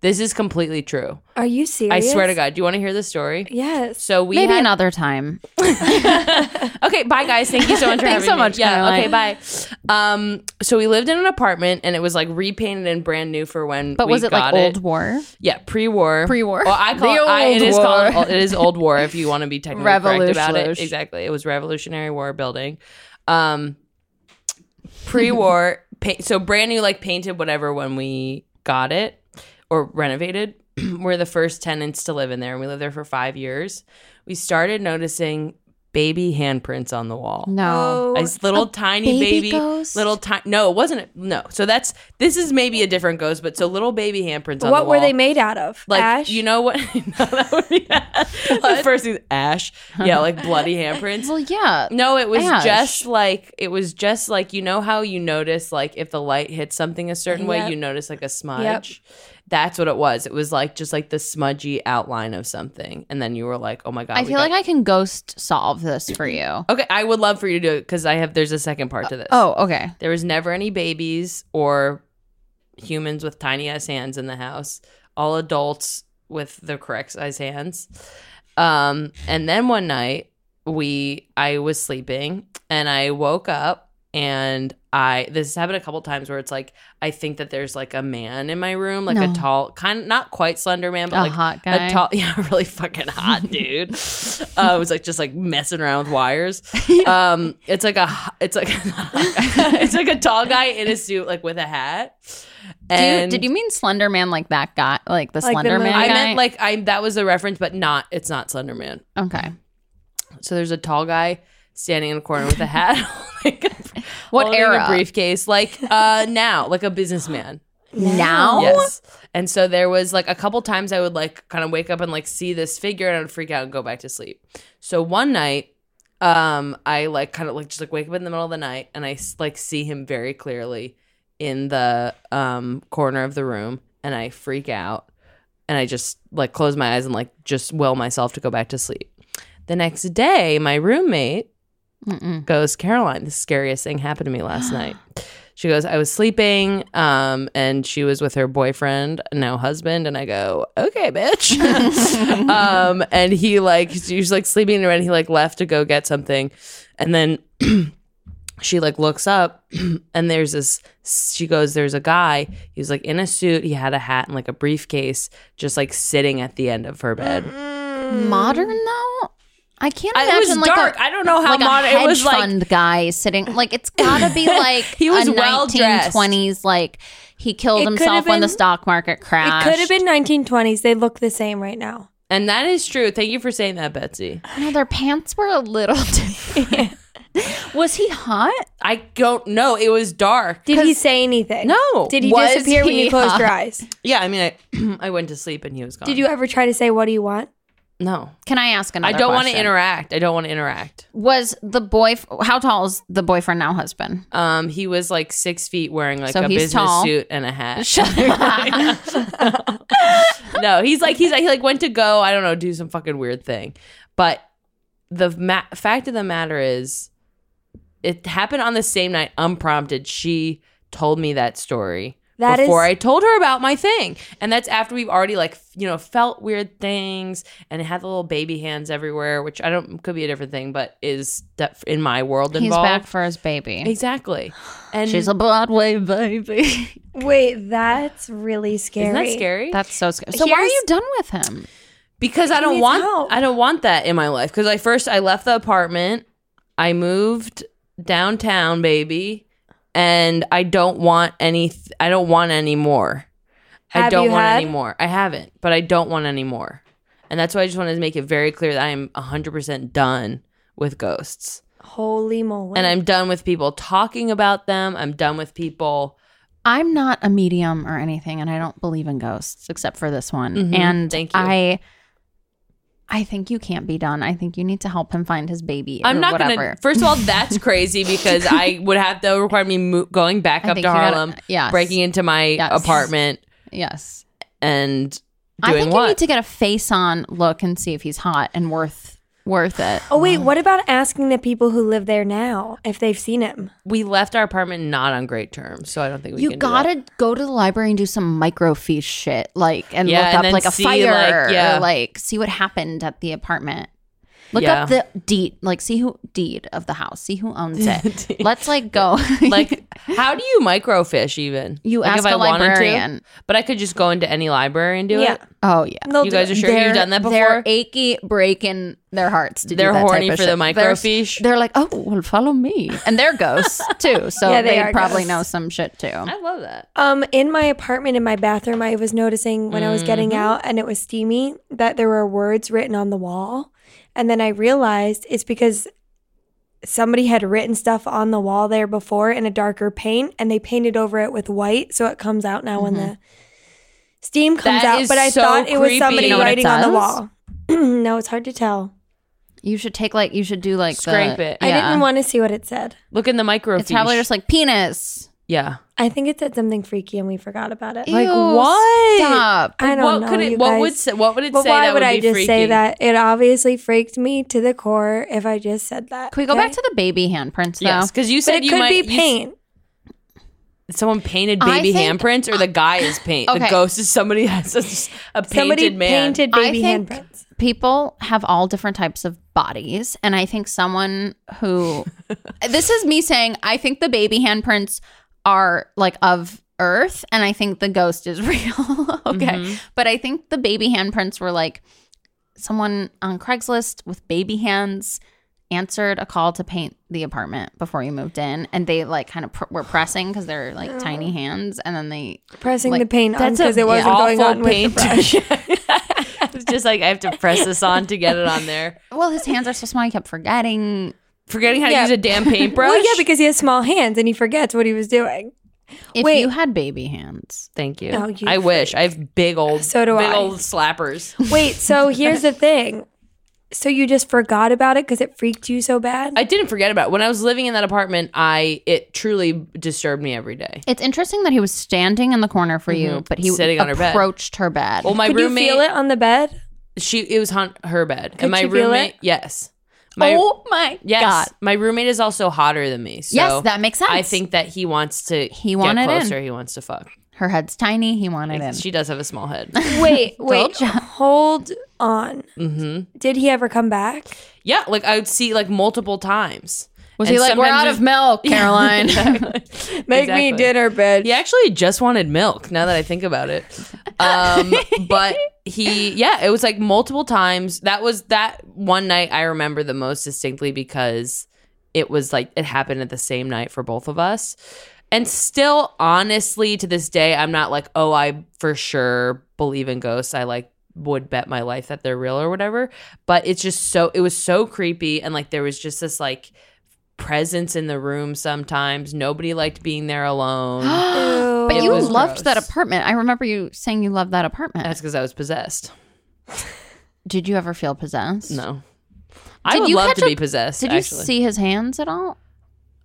Speaker 4: This is completely true.
Speaker 3: Are you serious?
Speaker 4: I swear to God. Do you want to hear this story?
Speaker 3: Yes.
Speaker 4: So we
Speaker 2: Maybe
Speaker 4: had-
Speaker 2: another time.
Speaker 4: okay, bye guys. Thank you so much for
Speaker 2: Thanks
Speaker 4: having
Speaker 2: so
Speaker 4: me.
Speaker 2: much,
Speaker 4: Yeah.
Speaker 2: Caroline.
Speaker 4: Okay, bye. Um, so we lived in an apartment and it was like repainted and brand new for when.
Speaker 2: But
Speaker 4: we
Speaker 2: was it like
Speaker 4: got
Speaker 2: old war?
Speaker 4: Yeah, pre-war.
Speaker 2: Pre-war.
Speaker 4: Well, I call
Speaker 2: The
Speaker 4: it, I, it
Speaker 2: old
Speaker 4: is
Speaker 2: war.
Speaker 4: called it is old war if you want to be technically correct about it.
Speaker 2: Revolution.
Speaker 4: Exactly. It was Revolutionary War building. Um, pre-war, pa- so brand new, like painted whatever when we got it or renovated. We're the first tenants to live in there, and we lived there for five years. We started noticing baby handprints on the wall.
Speaker 3: Oh.
Speaker 2: No.
Speaker 4: A s- little tiny
Speaker 2: baby
Speaker 4: baby,
Speaker 2: ghost?
Speaker 4: little tiny. No, it wasn't it? No. So that's this is maybe a different ghost, but so little baby handprints. on the
Speaker 3: What were
Speaker 4: wall.
Speaker 3: they made out of?
Speaker 4: Like
Speaker 3: Ash?
Speaker 4: you know what? no, that would be the first thing. Ash. Yeah, like bloody handprints.
Speaker 2: Well, yeah.
Speaker 4: No, it was
Speaker 2: Ash.
Speaker 4: just like it was just like you know how you notice like if the light hits something a certain way,
Speaker 3: Yep.
Speaker 4: you notice like a smudge. That's what it was. It was like just like the smudgy outline of something, and then you were like, "Oh my god!"
Speaker 2: I
Speaker 4: we
Speaker 2: feel
Speaker 4: got-
Speaker 2: like I can ghost solve this for you.
Speaker 4: okay. I would love for you to do it because I have. There's a second part to this.
Speaker 2: Oh, okay.
Speaker 4: There was never any babies or humans with tiny ass hands in the house. All adults with the correct size hands. Um, and then one night we I was sleeping and I woke up and I this has happened a couple times where it's like I think that there's like a man in my room, like
Speaker 2: No.
Speaker 4: a tall kind of not quite slender man, but
Speaker 2: A
Speaker 4: like
Speaker 2: hot guy.
Speaker 4: a tall yeah, really fucking hot dude. uh, I was like just like messing around with wires. Um, it's like a it's like it's like a tall guy in a suit, like with a hat.
Speaker 2: Do you,
Speaker 4: And
Speaker 2: did you mean Slender Man like that guy? Like the
Speaker 3: Like the
Speaker 2: Slender Man
Speaker 3: movie.
Speaker 4: I
Speaker 2: guy?
Speaker 4: meant like I that was the reference, but not it's not Slenderman.
Speaker 2: Okay.
Speaker 4: So there's a tall guy standing in a corner with a hat. holding a-
Speaker 2: What
Speaker 4: holding
Speaker 2: era?
Speaker 4: A briefcase, like uh now, like a businessman.
Speaker 2: Now?
Speaker 4: Yes. And so there was like a couple times I would like kind of wake up and like see this figure and I would freak out and go back to sleep. So one night, um, I like kind of like just like wake up in the middle of the night and I s- like see him very clearly in the um corner of the room and I freak out and I just like close my eyes and like just will myself to go back to sleep. The next day, my roommate
Speaker 2: Mm-mm.
Speaker 4: goes, Caroline, the scariest thing happened to me last night. She goes, I was sleeping, um, and she was with her boyfriend, now husband, and I go, okay, bitch. um, and he like, she was like sleeping around. He like left to go get something, and then she like looks up, and there's this. She goes, there's a guy. He was like in a suit. He had a hat and like a briefcase, just like sitting at the end of her bed.
Speaker 2: Modern though? I I can't
Speaker 4: Hmm. I- it
Speaker 2: imagine
Speaker 4: was
Speaker 2: like
Speaker 4: dark.
Speaker 2: a
Speaker 4: I don't know how
Speaker 2: like a
Speaker 4: modern- it
Speaker 2: hedge
Speaker 4: was, like-
Speaker 2: fund guy sitting like it's gotta be like
Speaker 4: He was
Speaker 2: a
Speaker 4: well-dressed.
Speaker 2: 1920s like he killed
Speaker 3: It could've
Speaker 2: himself when the
Speaker 3: been-
Speaker 2: stock market
Speaker 3: It
Speaker 2: crashed.
Speaker 3: could have been 1920s. They look the same right now.
Speaker 4: And that is true. Thank you for saying that, Betsy.
Speaker 2: No, their pants were a little different. Was he hot?
Speaker 4: I don't know. It was dark.
Speaker 3: Did he say anything?
Speaker 4: No.
Speaker 3: Did he
Speaker 2: Was
Speaker 3: disappear when
Speaker 2: he
Speaker 3: you closed your
Speaker 2: hot?
Speaker 3: eyes?
Speaker 4: Yeah, I mean, I, I went to sleep and he was gone.
Speaker 3: Did you ever try to say, What do you want?
Speaker 4: No.
Speaker 2: Can I ask another?
Speaker 4: I don't want to
Speaker 2: question?
Speaker 4: interact. I don't want to interact.
Speaker 2: Was the boy? How tall is the boyfriend now? Husband?
Speaker 4: Um, he was like six feet, wearing like
Speaker 2: So
Speaker 4: a
Speaker 2: he's
Speaker 4: business
Speaker 2: tall.
Speaker 4: suit and a hat. no, he's like he's like he like went to go. I don't know, do some fucking weird thing. But the ma- fact of the matter is, it happened on the same night, unprompted. She told me that story
Speaker 3: That is-
Speaker 4: before I told her about my thing, and that's after we've already like f- you know felt weird things and had the little baby hands everywhere, which I don't could be a different thing, but is that in my world
Speaker 2: He's
Speaker 4: involved.
Speaker 2: back for his baby.
Speaker 4: Exactly. And
Speaker 2: She's a Broadway baby.
Speaker 3: Wait, that's really scary.
Speaker 4: Isn't that scary?
Speaker 2: That's so scary. So why are
Speaker 3: Here's-
Speaker 2: you done with him?
Speaker 4: because I don't
Speaker 3: needs
Speaker 4: want
Speaker 3: help.
Speaker 4: I don't want that in my life. Because I first I left the apartment, I moved downtown, baby, and I don't want any. I don't want any more. I
Speaker 3: Have
Speaker 4: don't
Speaker 3: you
Speaker 4: want
Speaker 3: had-
Speaker 4: any more. I haven't, but I don't want any more. And that's why I just wanted to make it very clear that I'm 100% done with ghosts.
Speaker 3: Holy moly.
Speaker 4: And I'm done with people talking about them. I'm done with people.
Speaker 2: I'm not a medium or anything, and I don't believe in ghosts except for this one.
Speaker 4: Mhm.
Speaker 2: And
Speaker 4: Thank you.
Speaker 2: I, I think you can't be done. I think you need to help him find his baby.
Speaker 4: I'm
Speaker 2: or
Speaker 4: not
Speaker 2: whatever.
Speaker 4: gonna. First of all, that's crazy because I would have that would require me mo- going back
Speaker 2: I
Speaker 4: up
Speaker 2: think
Speaker 4: to
Speaker 2: you gotta-
Speaker 4: Harlem,
Speaker 2: yes.
Speaker 4: breaking into my
Speaker 2: Yes.
Speaker 4: apartment,
Speaker 2: Yes.
Speaker 4: and
Speaker 2: I
Speaker 4: doing
Speaker 2: think
Speaker 4: what?
Speaker 2: you need to get a face on look and see if he's hot and worth worth it.
Speaker 3: oh, wait, what about asking the people who live there now if they've seen him?
Speaker 4: we left our apartment not on great terms, so I don't think we
Speaker 2: you
Speaker 4: can
Speaker 2: gotta go to the library and do some microfiche shit, like and
Speaker 4: Yeah,
Speaker 2: look
Speaker 4: and
Speaker 2: up
Speaker 4: then
Speaker 2: like a
Speaker 4: see,
Speaker 2: fire,
Speaker 4: like,
Speaker 2: or,
Speaker 4: yeah.
Speaker 2: like see what happened at the apartment. Look up
Speaker 4: Yeah.
Speaker 2: the deed, like see who deed of the house, see who owns it. Let's like go.
Speaker 4: Do that. like how do you microfish even?
Speaker 2: you
Speaker 4: like
Speaker 2: ask a
Speaker 4: wanted to?
Speaker 2: librarian.
Speaker 4: but I could just go into any library and do
Speaker 3: yeah.
Speaker 4: it.
Speaker 2: Oh yeah.
Speaker 3: They'll
Speaker 4: You
Speaker 3: do
Speaker 4: guys are
Speaker 3: it.
Speaker 4: sure
Speaker 2: They're-
Speaker 4: you've done that
Speaker 2: They're
Speaker 4: before?
Speaker 2: achy, breaking their hearts to do
Speaker 4: They're
Speaker 2: that type
Speaker 4: horny
Speaker 2: of
Speaker 4: for the
Speaker 2: shit. They're-
Speaker 4: microfiche.
Speaker 2: They're, like, oh, well, follow me, and they're ghosts too, so
Speaker 3: Yeah, they
Speaker 2: they,
Speaker 3: are
Speaker 2: probably
Speaker 3: ghosts.
Speaker 2: know some shit too.
Speaker 4: I love that.
Speaker 3: Um, in my apartment, in my bathroom, I was noticing when I was getting
Speaker 2: Mm-hmm.
Speaker 3: out and it was steamy that there were words written on the wall. And then I realized it's because somebody had written stuff on the wall there before in a darker paint and they painted over it with white. So it comes out now
Speaker 2: Mm-hmm.
Speaker 3: when the steam comes
Speaker 4: That
Speaker 3: out.
Speaker 4: is
Speaker 3: But I
Speaker 4: so
Speaker 3: thought it was
Speaker 4: creepy.
Speaker 3: somebody
Speaker 2: You know what it
Speaker 3: writing on the
Speaker 2: says?
Speaker 3: wall. no, it's hard to tell.
Speaker 2: You should take like you should do like the-
Speaker 4: Scrape it.
Speaker 3: I didn't want to see what it said.
Speaker 4: Look in the microfiche.
Speaker 2: It's probably just like penis.
Speaker 4: yeah.
Speaker 3: I think it said something freaky and we forgot about it.
Speaker 4: Like,
Speaker 2: Ew,
Speaker 4: what?
Speaker 2: Stop.
Speaker 3: I don't
Speaker 4: what
Speaker 3: know.
Speaker 4: could it?
Speaker 3: you
Speaker 4: What
Speaker 3: guys.
Speaker 4: would say, what would it
Speaker 3: But
Speaker 4: say?
Speaker 3: why
Speaker 4: that
Speaker 3: would, I
Speaker 4: be
Speaker 3: just say
Speaker 4: freaky?
Speaker 3: that? It obviously freaked me to the core if I just said that.
Speaker 2: Can we go back
Speaker 3: okay?
Speaker 2: to the baby handprints though?
Speaker 4: Yes, because you
Speaker 3: But
Speaker 4: said
Speaker 3: it
Speaker 4: you
Speaker 3: could
Speaker 4: might,
Speaker 3: be
Speaker 4: you s-
Speaker 3: paint.
Speaker 4: Someone painted
Speaker 2: I
Speaker 4: baby
Speaker 2: think-
Speaker 4: handprints, or the guy is paint. The
Speaker 2: Okay.
Speaker 4: ghost is somebody has a, a painted
Speaker 3: Somebody
Speaker 4: man.
Speaker 3: painted
Speaker 2: I
Speaker 3: baby
Speaker 2: think-
Speaker 3: handprints.
Speaker 2: People have all different types of bodies, and I think someone who this is me saying I think the baby handprints are like of Earth, and I think the ghost is real. okay,
Speaker 3: Mm-hmm.
Speaker 2: but I think the baby handprints were like someone on Craigslist with baby hands answered a call to paint the apartment before you moved in and they like kind of pr- were pressing because they're like tiny hands and then they
Speaker 3: Pressing
Speaker 2: like,
Speaker 3: Oh. the paint on
Speaker 4: That's
Speaker 3: because
Speaker 4: a
Speaker 3: it wasn't
Speaker 4: awful
Speaker 3: going on with
Speaker 4: paint.
Speaker 3: the brush.
Speaker 4: it's just like I have to press this on to get it on there.
Speaker 2: well his hands are so small i kept forgetting
Speaker 4: Forgetting how
Speaker 3: Yeah.
Speaker 4: to use a damn paintbrush.
Speaker 3: well, yeah, because he has small hands and he forgets what he was doing.
Speaker 2: if
Speaker 3: Wait.
Speaker 2: you had baby hands
Speaker 4: Thank you.
Speaker 3: No, you
Speaker 4: I wish I have big old,
Speaker 3: So do
Speaker 4: big
Speaker 3: I.
Speaker 4: old slappers.
Speaker 3: Wait, so here's the thing. So you just forgot about it because it freaked you so bad?
Speaker 4: I didn't forget about it. when I was living in that apartment. I it truly disturbed me every day.
Speaker 2: it's interesting that he was standing in the corner for you but he
Speaker 4: Sitting on her bed. Oh
Speaker 2: approached her bed
Speaker 4: Well, my
Speaker 3: Could
Speaker 4: roommate,
Speaker 3: you feel it on the bed?
Speaker 4: she it was on her bed,
Speaker 3: Could
Speaker 4: and my
Speaker 3: you feel
Speaker 4: roommate,
Speaker 3: it?
Speaker 4: yes, my
Speaker 2: oh my
Speaker 4: yes,
Speaker 2: god
Speaker 4: my roommate is also hotter than me. So
Speaker 2: yes that makes sense
Speaker 4: I think that he wants to.
Speaker 2: He
Speaker 4: get
Speaker 2: wanted in.
Speaker 4: closer. He wants to fuck.
Speaker 2: her head's tiny he wanted in
Speaker 4: She does have a small head.
Speaker 3: Wait, wait,
Speaker 2: Told ya.
Speaker 3: hold on.
Speaker 4: hmm
Speaker 3: Did he ever come back?
Speaker 4: Yeah, like I would see like multiple times.
Speaker 2: was
Speaker 4: And
Speaker 2: he like we're
Speaker 4: sometimes
Speaker 2: out
Speaker 4: there's-
Speaker 2: of milk caroline
Speaker 3: Make me
Speaker 4: Exactly.
Speaker 3: dinner, bitch.
Speaker 4: He actually just wanted milk. Now that I think about it, um, but he yeah it was like multiple times that was that one night i remember the most distinctly because it was like it happened at the same night for both of us and still honestly to this day i'm not like oh i for sure believe in ghosts i like would bet my life that they're real or whatever but it's just so it was so creepy and like there was just this like presence in the room sometimes nobody liked being there alone
Speaker 2: but
Speaker 4: It
Speaker 2: you
Speaker 4: was
Speaker 2: loved
Speaker 4: gross.
Speaker 2: that apartment. I remember you saying you loved that apartment.
Speaker 4: that's because i was possessed
Speaker 2: Did you ever feel possessed?
Speaker 4: no i
Speaker 2: Did
Speaker 4: would
Speaker 2: you
Speaker 4: love
Speaker 2: catch
Speaker 4: to
Speaker 2: a-
Speaker 4: be possessed
Speaker 2: Did you
Speaker 4: actually.
Speaker 2: see his hands at all?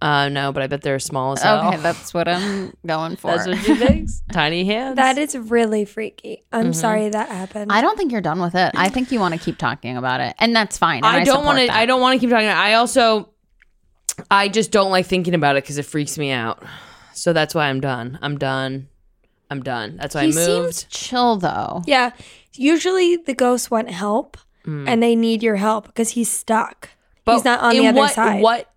Speaker 4: Uh, no, but I bet they're small as hell.
Speaker 2: Okay, that's what I'm going for.
Speaker 4: That's what she thinks. Tiny hands.
Speaker 3: That is really freaky. I'm sorry that happened.
Speaker 2: Mm-hmm. I don't think you're done with it. I think you want to keep talking about it, and that's fine. and
Speaker 4: I don't want to.
Speaker 2: support
Speaker 4: I
Speaker 2: that.
Speaker 4: don't want to keep talking. I also, I just don't like thinking about it because it freaks me out. So that's why I'm done. I'm done. I'm done. That's why
Speaker 2: He
Speaker 4: I moved.
Speaker 2: seems chill though.
Speaker 3: Yeah. Usually the ghosts want help
Speaker 2: Mm.
Speaker 3: and they need your help because he's stuck. he's not on
Speaker 4: in
Speaker 3: the other
Speaker 4: what,
Speaker 3: side.
Speaker 4: What?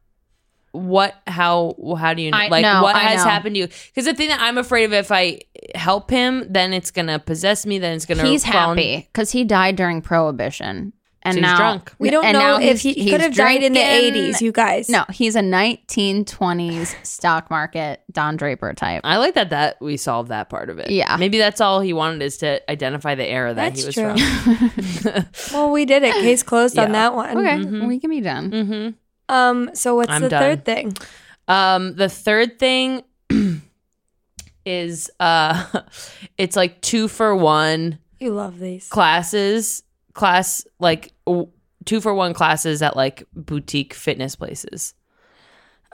Speaker 4: What? How? How do you
Speaker 2: I-
Speaker 4: like?
Speaker 2: no,
Speaker 4: what
Speaker 2: I
Speaker 4: has
Speaker 2: know.
Speaker 4: happened to you? Because the thing that I'm afraid of, if I help him, then it's gonna possess me. Then it's gonna.
Speaker 2: He's
Speaker 4: fall in-
Speaker 2: happy because he died during Prohibition, and
Speaker 4: So he's
Speaker 2: now
Speaker 4: drunk.
Speaker 3: We don't
Speaker 2: and now
Speaker 3: know
Speaker 2: he's-
Speaker 3: if he, he
Speaker 2: he's
Speaker 3: could have died in the
Speaker 2: drinking.
Speaker 3: 80s, you guys.
Speaker 2: No, he's a 1920s stock market Don Draper type.
Speaker 4: I like that that we solved that part of it.
Speaker 2: Yeah.
Speaker 4: Maybe that's all he wanted is to identify the era that
Speaker 3: That's
Speaker 4: he was
Speaker 3: true.
Speaker 4: from.
Speaker 3: Well, we did it. Case closed on
Speaker 4: Yeah.
Speaker 3: that one.
Speaker 2: Okay,
Speaker 4: Mm-hmm.
Speaker 2: we can be done.
Speaker 3: Um, so what's
Speaker 4: I'm
Speaker 3: the
Speaker 4: done.
Speaker 3: third thing?
Speaker 4: Mm-hmm. Um, the third thing is uh it's like two for one
Speaker 3: You love these.
Speaker 4: classes, class like w- two for one classes at like boutique fitness places.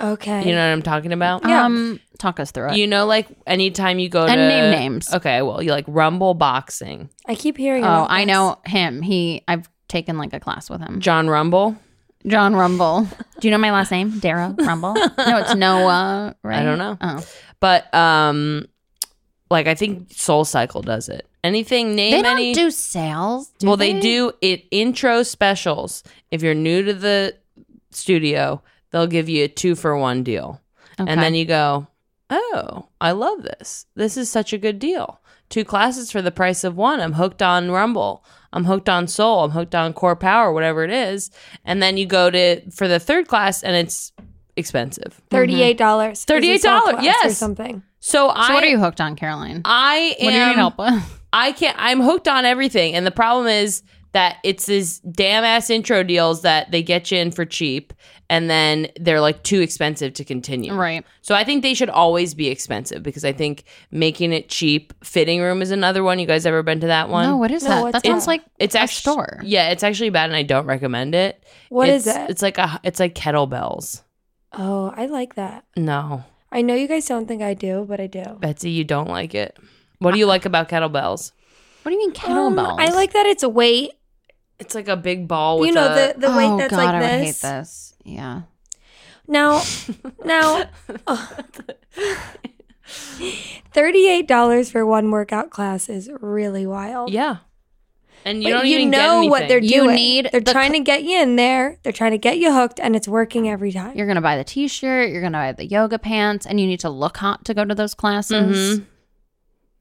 Speaker 3: Okay.
Speaker 4: You know what I'm talking about?
Speaker 3: Yeah.
Speaker 2: Um, talk us through it.
Speaker 4: You know, like anytime you go to
Speaker 2: And name names.
Speaker 4: Okay, well, you like Rumble Boxing,
Speaker 3: I keep hearing
Speaker 2: oh,
Speaker 3: about
Speaker 2: I
Speaker 3: this.
Speaker 2: know him. He, I've taken like a class with him.
Speaker 4: John Rumble.
Speaker 2: John Rumble. Do you know my last name? Dara Rumble. No, it's Noah. Right?
Speaker 4: I don't know.
Speaker 2: Oh.
Speaker 4: But um like I think Soul Cycle does it. Anything name
Speaker 2: They don't
Speaker 4: any
Speaker 2: do sales. Do
Speaker 4: Well, they? do it intro specials. If you're new to the studio, they'll give you a 2 for 1 deal. And then you go, "Oh, I love this. This is such a good deal. Two classes for the price of one. I'm hooked on Rumble. I'm hooked on Soul. I'm hooked on Core Power, whatever it is." And then you go to for the third class and it's expensive.
Speaker 2: Mm-hmm.
Speaker 3: $38. dollars
Speaker 4: $38,
Speaker 3: Or
Speaker 4: yes.
Speaker 3: something.
Speaker 2: So
Speaker 4: So, I
Speaker 2: what are you hooked on, Caroline?
Speaker 4: I am
Speaker 2: what do you need help with?
Speaker 4: I can't. I'm hooked on everything, and the problem is that it's these damn ass intro deals that they get you in for cheap, and then they're like too expensive to continue.
Speaker 2: Right.
Speaker 4: So I think they should always be expensive because I think making it cheap. Fitting room is another one. You guys ever been to that one?
Speaker 2: No, what is
Speaker 3: No,
Speaker 2: that?
Speaker 3: what's
Speaker 2: That
Speaker 3: that?
Speaker 2: sounds like
Speaker 4: It's
Speaker 2: a
Speaker 4: actually
Speaker 2: store.
Speaker 4: Yeah, it's actually bad, and I don't recommend it.
Speaker 3: What is
Speaker 4: It's-
Speaker 3: it?
Speaker 4: It's like a. It's like kettlebells.
Speaker 3: Oh, I like that.
Speaker 4: No,
Speaker 3: I know you guys don't think I do, but I do.
Speaker 4: Betsy, you don't like it. What do you like about kettlebells?
Speaker 2: What do you mean
Speaker 3: Um,
Speaker 2: kettlebells?
Speaker 3: I like that it's a weight.
Speaker 4: It's like a big ball. With
Speaker 3: You know,
Speaker 4: a-
Speaker 3: the, the weight
Speaker 2: oh
Speaker 3: that's
Speaker 2: God,
Speaker 3: like
Speaker 2: I
Speaker 3: this.
Speaker 2: would hate this. Yeah.
Speaker 3: Now, now, oh. thirty-eight dollars for one workout class is really wild.
Speaker 4: Yeah. And you
Speaker 3: But
Speaker 4: don't
Speaker 3: you
Speaker 4: even
Speaker 3: know
Speaker 4: get
Speaker 3: what they're
Speaker 2: You
Speaker 3: doing.
Speaker 2: need
Speaker 3: they're
Speaker 2: the
Speaker 3: trying to get you in there. They're trying to get you hooked, and it's working every time.
Speaker 2: You're gonna buy the T-shirt. You're gonna buy the yoga pants, and you need to look hot to go to those classes.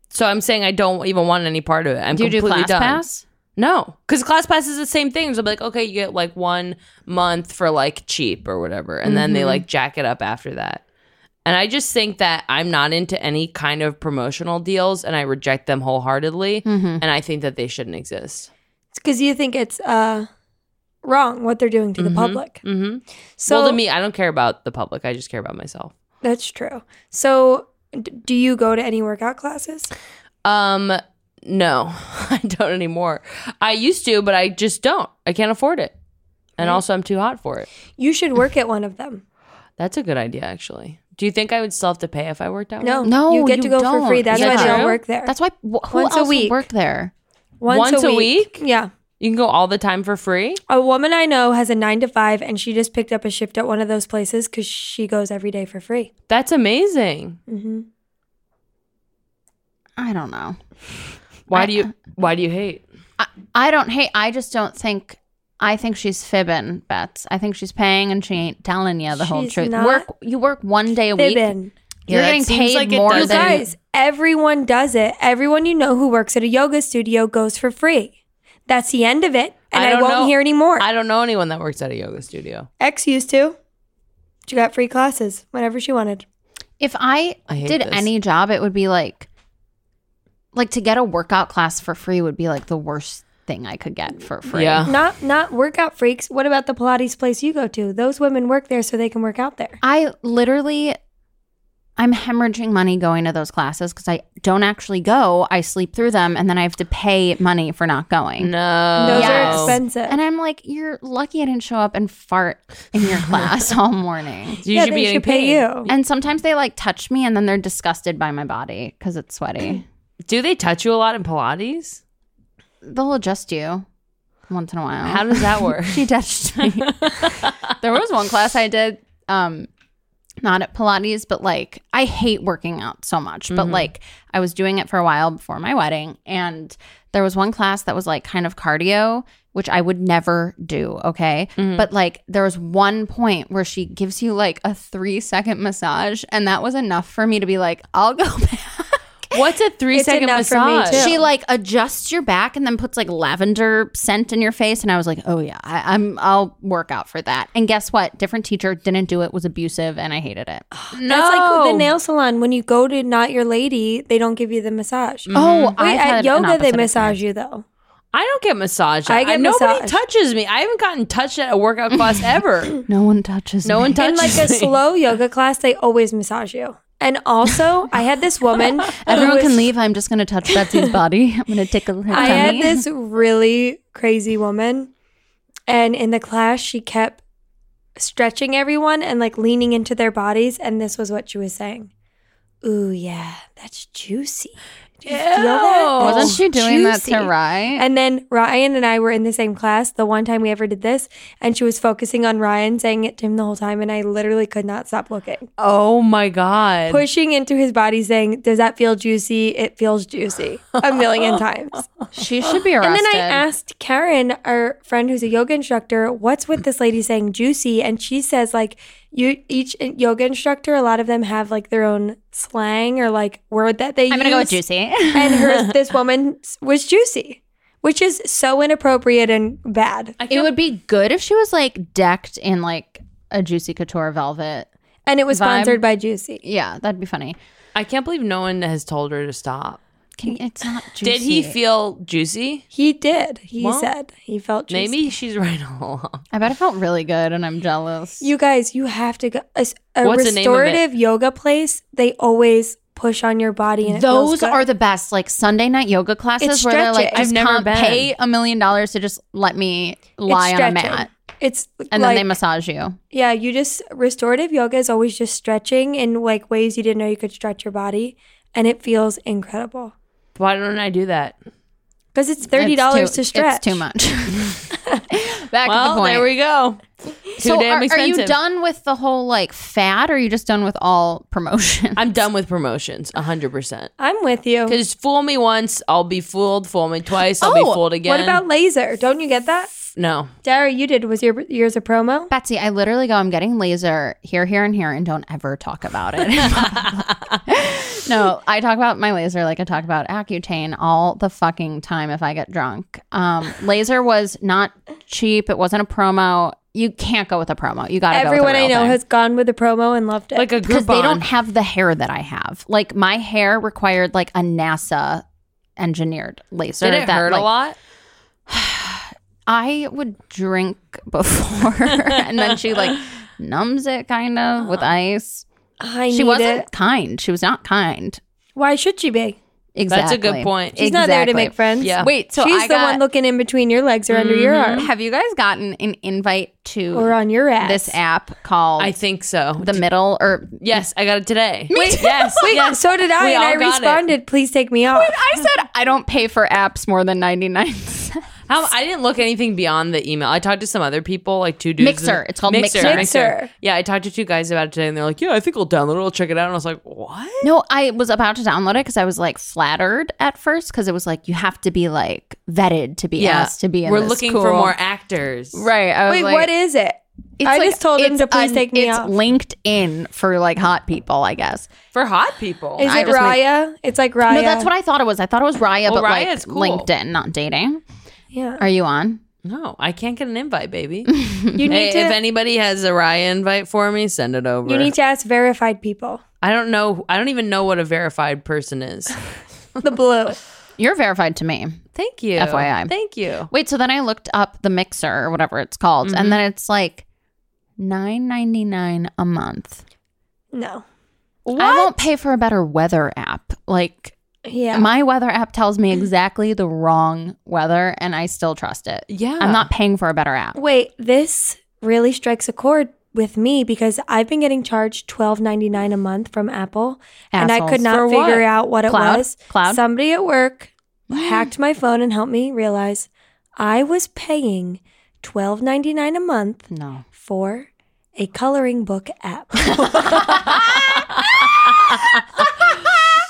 Speaker 4: So I'm saying I don't even want any part of it. I'm
Speaker 2: Do you do
Speaker 4: completely
Speaker 2: class
Speaker 4: done.
Speaker 2: pass?
Speaker 4: No, because class pass is the same thing. So I'm like, okay, you get like one month for like cheap or whatever, and then they like jack it up after that. And I just think that I'm not into any kind of promotional deals, and I reject them wholeheartedly. And I think that they shouldn't exist.
Speaker 3: because you think it's uh, wrong what they're doing to the public.
Speaker 4: Mm-hmm.
Speaker 3: So
Speaker 4: well, to me, I don't care about the public. I just care about myself.
Speaker 3: that's true. So, d- do you go to any workout classes?
Speaker 4: Um, no, I don't anymore. I used to, but I just don't. I can't afford it,
Speaker 3: Mm.
Speaker 4: and also I'm too hot for it.
Speaker 3: You should work at one of them.
Speaker 4: That's a good idea, actually. Do you think I would still have to pay if I worked out?
Speaker 3: No,
Speaker 2: No,
Speaker 3: Oh, you get to go
Speaker 2: don't.
Speaker 3: for free. That's
Speaker 4: Is
Speaker 3: why
Speaker 4: that
Speaker 3: they don't
Speaker 4: true?
Speaker 3: work there.
Speaker 2: That's why. Wh- who
Speaker 3: Once a
Speaker 2: else would
Speaker 3: week.
Speaker 2: work there?
Speaker 4: Once a week?
Speaker 3: Yeah.
Speaker 4: You can go all the time for free.
Speaker 3: A woman I know has a nine to five, and she just picked up a shift at one of those places because she goes every day for free.
Speaker 4: That's amazing.
Speaker 2: I don't know.
Speaker 4: Why do
Speaker 3: uh,
Speaker 4: you Why do you hate?
Speaker 2: I, I don't hate. I just don't think. I think she's fibbing, Bets. I think she's paying and she ain't telling you the whole
Speaker 3: She's
Speaker 2: truth.
Speaker 3: not
Speaker 2: Work. You work one day a week.
Speaker 3: Fibbin.
Speaker 2: You're
Speaker 4: Yeah, that
Speaker 2: getting
Speaker 4: seems
Speaker 2: paid
Speaker 4: like it
Speaker 2: more
Speaker 3: You
Speaker 4: doesn't-
Speaker 2: than
Speaker 3: guys, everyone does it. Everyone you know who works at a yoga studio goes for free. That's the end of it. And I,
Speaker 4: don't
Speaker 3: won't
Speaker 4: know-
Speaker 3: hear anymore.
Speaker 4: I don't know anyone that works at a yoga studio.
Speaker 3: Ex used to. She got free classes whenever she wanted.
Speaker 2: If I,
Speaker 4: I hate
Speaker 2: did
Speaker 4: this.
Speaker 2: any job, it would be like, like to get a workout class for free would be like the worst thing I could get for free.
Speaker 4: Yeah.
Speaker 3: Not not workout freaks. What about the Pilates place you go to? Those women work there so they can work out there.
Speaker 2: I literally, I'm hemorrhaging money going to those classes because I don't actually go. I sleep through them and then I have to pay money for not going.
Speaker 4: No.
Speaker 3: Those
Speaker 2: Yes.
Speaker 3: are expensive.
Speaker 2: And I'm like, you're lucky I didn't show up and fart in your class all morning.
Speaker 4: You
Speaker 3: yeah,
Speaker 4: should
Speaker 3: they
Speaker 4: be
Speaker 3: should
Speaker 4: getting
Speaker 3: pay
Speaker 4: paid.
Speaker 3: you.
Speaker 2: And sometimes they like touch me and then they're disgusted by my body because it's sweaty.
Speaker 4: Do they touch you a lot in Pilates?
Speaker 2: They'll adjust you once in a while.
Speaker 4: How does that work?
Speaker 2: she touched me. there was one class I did, um, not at Pilates, but like I hate working out so much. But like I was doing it for a while before my wedding, and there was one class that was like kind of cardio, which I would never do. Okay, but like there was one point where she gives you like a three second massage, and that was enough for me to be like, I'll go back.
Speaker 4: What's a three
Speaker 3: It's
Speaker 4: second
Speaker 3: enough for me,
Speaker 4: massage?
Speaker 3: too.
Speaker 2: She like adjusts your back and then puts like lavender scent in your face, and I was like, oh yeah, I, I'm I'll work out for that. And guess what? Different teacher didn't do it, was abusive, and I hated it.
Speaker 3: Oh,
Speaker 4: no.
Speaker 3: That's like the nail salon. When you go to Not Your Lady, they don't give you the massage.
Speaker 2: Oh,
Speaker 3: Wait,
Speaker 2: I've
Speaker 3: at
Speaker 2: had an
Speaker 3: yoga they
Speaker 2: opposite
Speaker 3: massage you though.
Speaker 4: I don't get massaged.
Speaker 3: I get
Speaker 4: nobody
Speaker 3: massaged.
Speaker 4: touches me. I haven't gotten touched at a workout class ever.
Speaker 2: No one touches.
Speaker 4: No one
Speaker 3: In
Speaker 4: touches
Speaker 3: like a
Speaker 4: me.
Speaker 3: slow yoga class, they always massage you. And also, I had this woman. who
Speaker 2: Everyone
Speaker 3: was-
Speaker 2: can leave. I'm just gonna touch Betsy's body. I'm gonna tickle her
Speaker 3: I
Speaker 2: tummy.
Speaker 3: had this really crazy woman, and in the class, she kept stretching everyone and like leaning into their bodies. And this was what she was saying: "Ooh, yeah, that's juicy." Do you feel that? That's
Speaker 2: Wasn't she doing that
Speaker 3: juicy."
Speaker 2: to Rye?
Speaker 3: And then Ryan and I were in the same class the one time we ever did this, and she was focusing on Ryan, saying it to him the whole time, and I literally could not stop looking.
Speaker 4: oh my god.
Speaker 3: Pushing into his body, saying, Does that feel juicy? It feels juicy a million times.
Speaker 2: she should be arrested.
Speaker 3: And then I asked Karen, our friend who's a yoga instructor, what's with this lady saying juicy? And she says, like, you each yoga instructor, a lot of them have like their own slang or like word that they use
Speaker 2: I'm gonna go with juicy.
Speaker 3: and her this woman was juicy, which is so inappropriate and bad.
Speaker 2: it would be good if she was like decked in like a juicy couture velvet.
Speaker 3: And it was sponsored by Juicy.
Speaker 2: Yeah, that'd be funny.
Speaker 4: I can't believe no one has told her to stop.
Speaker 2: Can, it's not juicy.
Speaker 4: Did he feel juicy?
Speaker 3: He did. He
Speaker 4: Well,
Speaker 3: said he felt juicy.
Speaker 4: Maybe she's right all along.
Speaker 2: I bet it felt really good, and I'm jealous.
Speaker 3: you guys, you have to go a, s- a
Speaker 4: What's the name of it?
Speaker 3: restorative yoga place. They always push on your body, and it feels
Speaker 2: Those
Speaker 3: good.
Speaker 2: are the best, like Sunday night yoga classes
Speaker 3: It's
Speaker 2: where they're like,
Speaker 3: stretching.
Speaker 2: just
Speaker 4: I've never
Speaker 2: come
Speaker 4: been.
Speaker 2: pay a million dollars to just let me lie on a
Speaker 3: stretching.
Speaker 2: mat,
Speaker 3: It's
Speaker 2: and
Speaker 3: like,
Speaker 2: then they massage you.
Speaker 3: yeah, you just restorative yoga is always just stretching in like ways you didn't know you could stretch your body, and it feels incredible
Speaker 4: Why don't I do that?
Speaker 3: because it's thirty
Speaker 2: It's
Speaker 3: dollars
Speaker 2: too-
Speaker 3: to stretch.
Speaker 2: It's too much. Back to
Speaker 4: Well,
Speaker 2: the point.
Speaker 4: there we go. Too
Speaker 2: so
Speaker 4: damn
Speaker 2: are, are
Speaker 4: expensive.
Speaker 2: you done with the whole like fad, or are you just done with all promotion?
Speaker 4: I'm done with promotions, hundred percent.
Speaker 3: I'm with you.
Speaker 4: Because fool me once, I'll be fooled. Fool me twice, I'll be fooled again.
Speaker 3: What about laser? Don't you get that?
Speaker 4: no?
Speaker 3: Dara, you did was your yours a promo?
Speaker 2: Betsy, I literally go, I'm getting laser here, here, and here, and don't ever talk about it. no, I talk about my laser like I talk about Accutane all the fucking time if I get drunk. Um, laser was not cheap, it wasn't a promo. You can't go with a promo. You gotta
Speaker 3: Everyone
Speaker 2: go
Speaker 3: I
Speaker 2: with a
Speaker 3: know
Speaker 2: real
Speaker 3: has gone with a promo and loved it.
Speaker 4: Like a
Speaker 2: because
Speaker 4: Groupon?
Speaker 2: they don't have the hair that I have. Like my hair required like a NASA engineered laser.
Speaker 4: Did it
Speaker 2: that,
Speaker 4: hurt
Speaker 2: like,
Speaker 4: a lot?
Speaker 2: I would drink before, and then she like numbs it kind of with ice.
Speaker 3: I
Speaker 2: She
Speaker 3: need
Speaker 2: wasn't
Speaker 3: it.
Speaker 2: kind. She was not kind.
Speaker 3: Why should she be?
Speaker 2: Exactly.
Speaker 4: That's a good point.
Speaker 3: She's not there to
Speaker 2: Exactly.
Speaker 3: make friends.
Speaker 4: Yeah.
Speaker 2: Wait, so
Speaker 3: she's
Speaker 2: I
Speaker 3: the
Speaker 2: got-
Speaker 3: one looking in between your legs or under your
Speaker 2: Mhm.
Speaker 3: arm
Speaker 2: Have you guys gotten an invite
Speaker 3: or
Speaker 2: to
Speaker 3: on your ass.
Speaker 2: this app called
Speaker 4: I think so.
Speaker 2: The Middle or
Speaker 4: yes, I got it today. Wait, yes,
Speaker 3: Wait,
Speaker 4: yes.
Speaker 3: so did I,
Speaker 4: We
Speaker 3: and
Speaker 4: all
Speaker 3: I
Speaker 4: got it.
Speaker 3: responded, "Please take me off."
Speaker 2: I said I don't pay for apps more than 99 cents.
Speaker 4: How, I didn't look anything beyond the email. I talked to some other people, like two dudes.
Speaker 2: Mixer. It's called Mixer.
Speaker 3: Mixer.
Speaker 4: Yeah, I talked to two guys about it today, and they're like, "Yeah, I think we'll download it. I'll check it out." And I was like, "What?"
Speaker 2: No, I was about to download it because I was like flattered at first because it was like you have to be like vetted to be asked to be in
Speaker 4: We're
Speaker 2: this
Speaker 4: looking
Speaker 2: cool-
Speaker 4: for more actors.
Speaker 2: Right. I was
Speaker 3: Wait,
Speaker 2: like,
Speaker 3: what is it?
Speaker 2: It's
Speaker 3: I just told him
Speaker 2: it's
Speaker 3: to please take me
Speaker 2: it's
Speaker 3: off.
Speaker 2: LinkedIn for like hot people, I guess.
Speaker 4: for hot people.
Speaker 3: Is
Speaker 2: I
Speaker 3: it
Speaker 2: just made-
Speaker 3: Raya? It's like Raya.
Speaker 2: No, that's what I thought it was. I thought it was Raya,
Speaker 4: Well,
Speaker 2: but like
Speaker 4: Raya's cool.
Speaker 2: LinkedIn, not dating.
Speaker 3: Yeah.
Speaker 2: Are you on?
Speaker 4: no, I can't get an invite, baby.
Speaker 3: You
Speaker 4: Hey,
Speaker 3: need to.
Speaker 4: if anybody has a Raya invite for me, send it over.
Speaker 3: you need to ask verified people.
Speaker 4: I don't know. I don't even know what a verified person is.
Speaker 3: The blue.
Speaker 2: You're verified to me.
Speaker 4: Thank you.
Speaker 2: FYI.
Speaker 4: Thank you.
Speaker 2: Wait, so then I looked up the mixer or whatever it's called,
Speaker 3: Mm-hmm.
Speaker 2: and then it's like nine ninety nine a month.
Speaker 3: No.
Speaker 2: I won't pay for a better weather app. Like
Speaker 3: Yeah.
Speaker 2: my weather app tells me exactly the wrong weather, and I still trust it.
Speaker 4: Yeah.
Speaker 2: I'm not paying for a better app.
Speaker 3: Wait, this really strikes a chord with me because I've been getting charged twelve ninety nine a month from Apple, and I
Speaker 2: Assholes.
Speaker 3: could not
Speaker 4: For
Speaker 3: figure
Speaker 4: what?
Speaker 3: out what
Speaker 2: Cloud?
Speaker 3: it was.
Speaker 2: Cloud?
Speaker 3: Somebody at work hacked my phone and helped me realize I was paying twelve ninety nine a month
Speaker 2: No.
Speaker 3: for a coloring book app.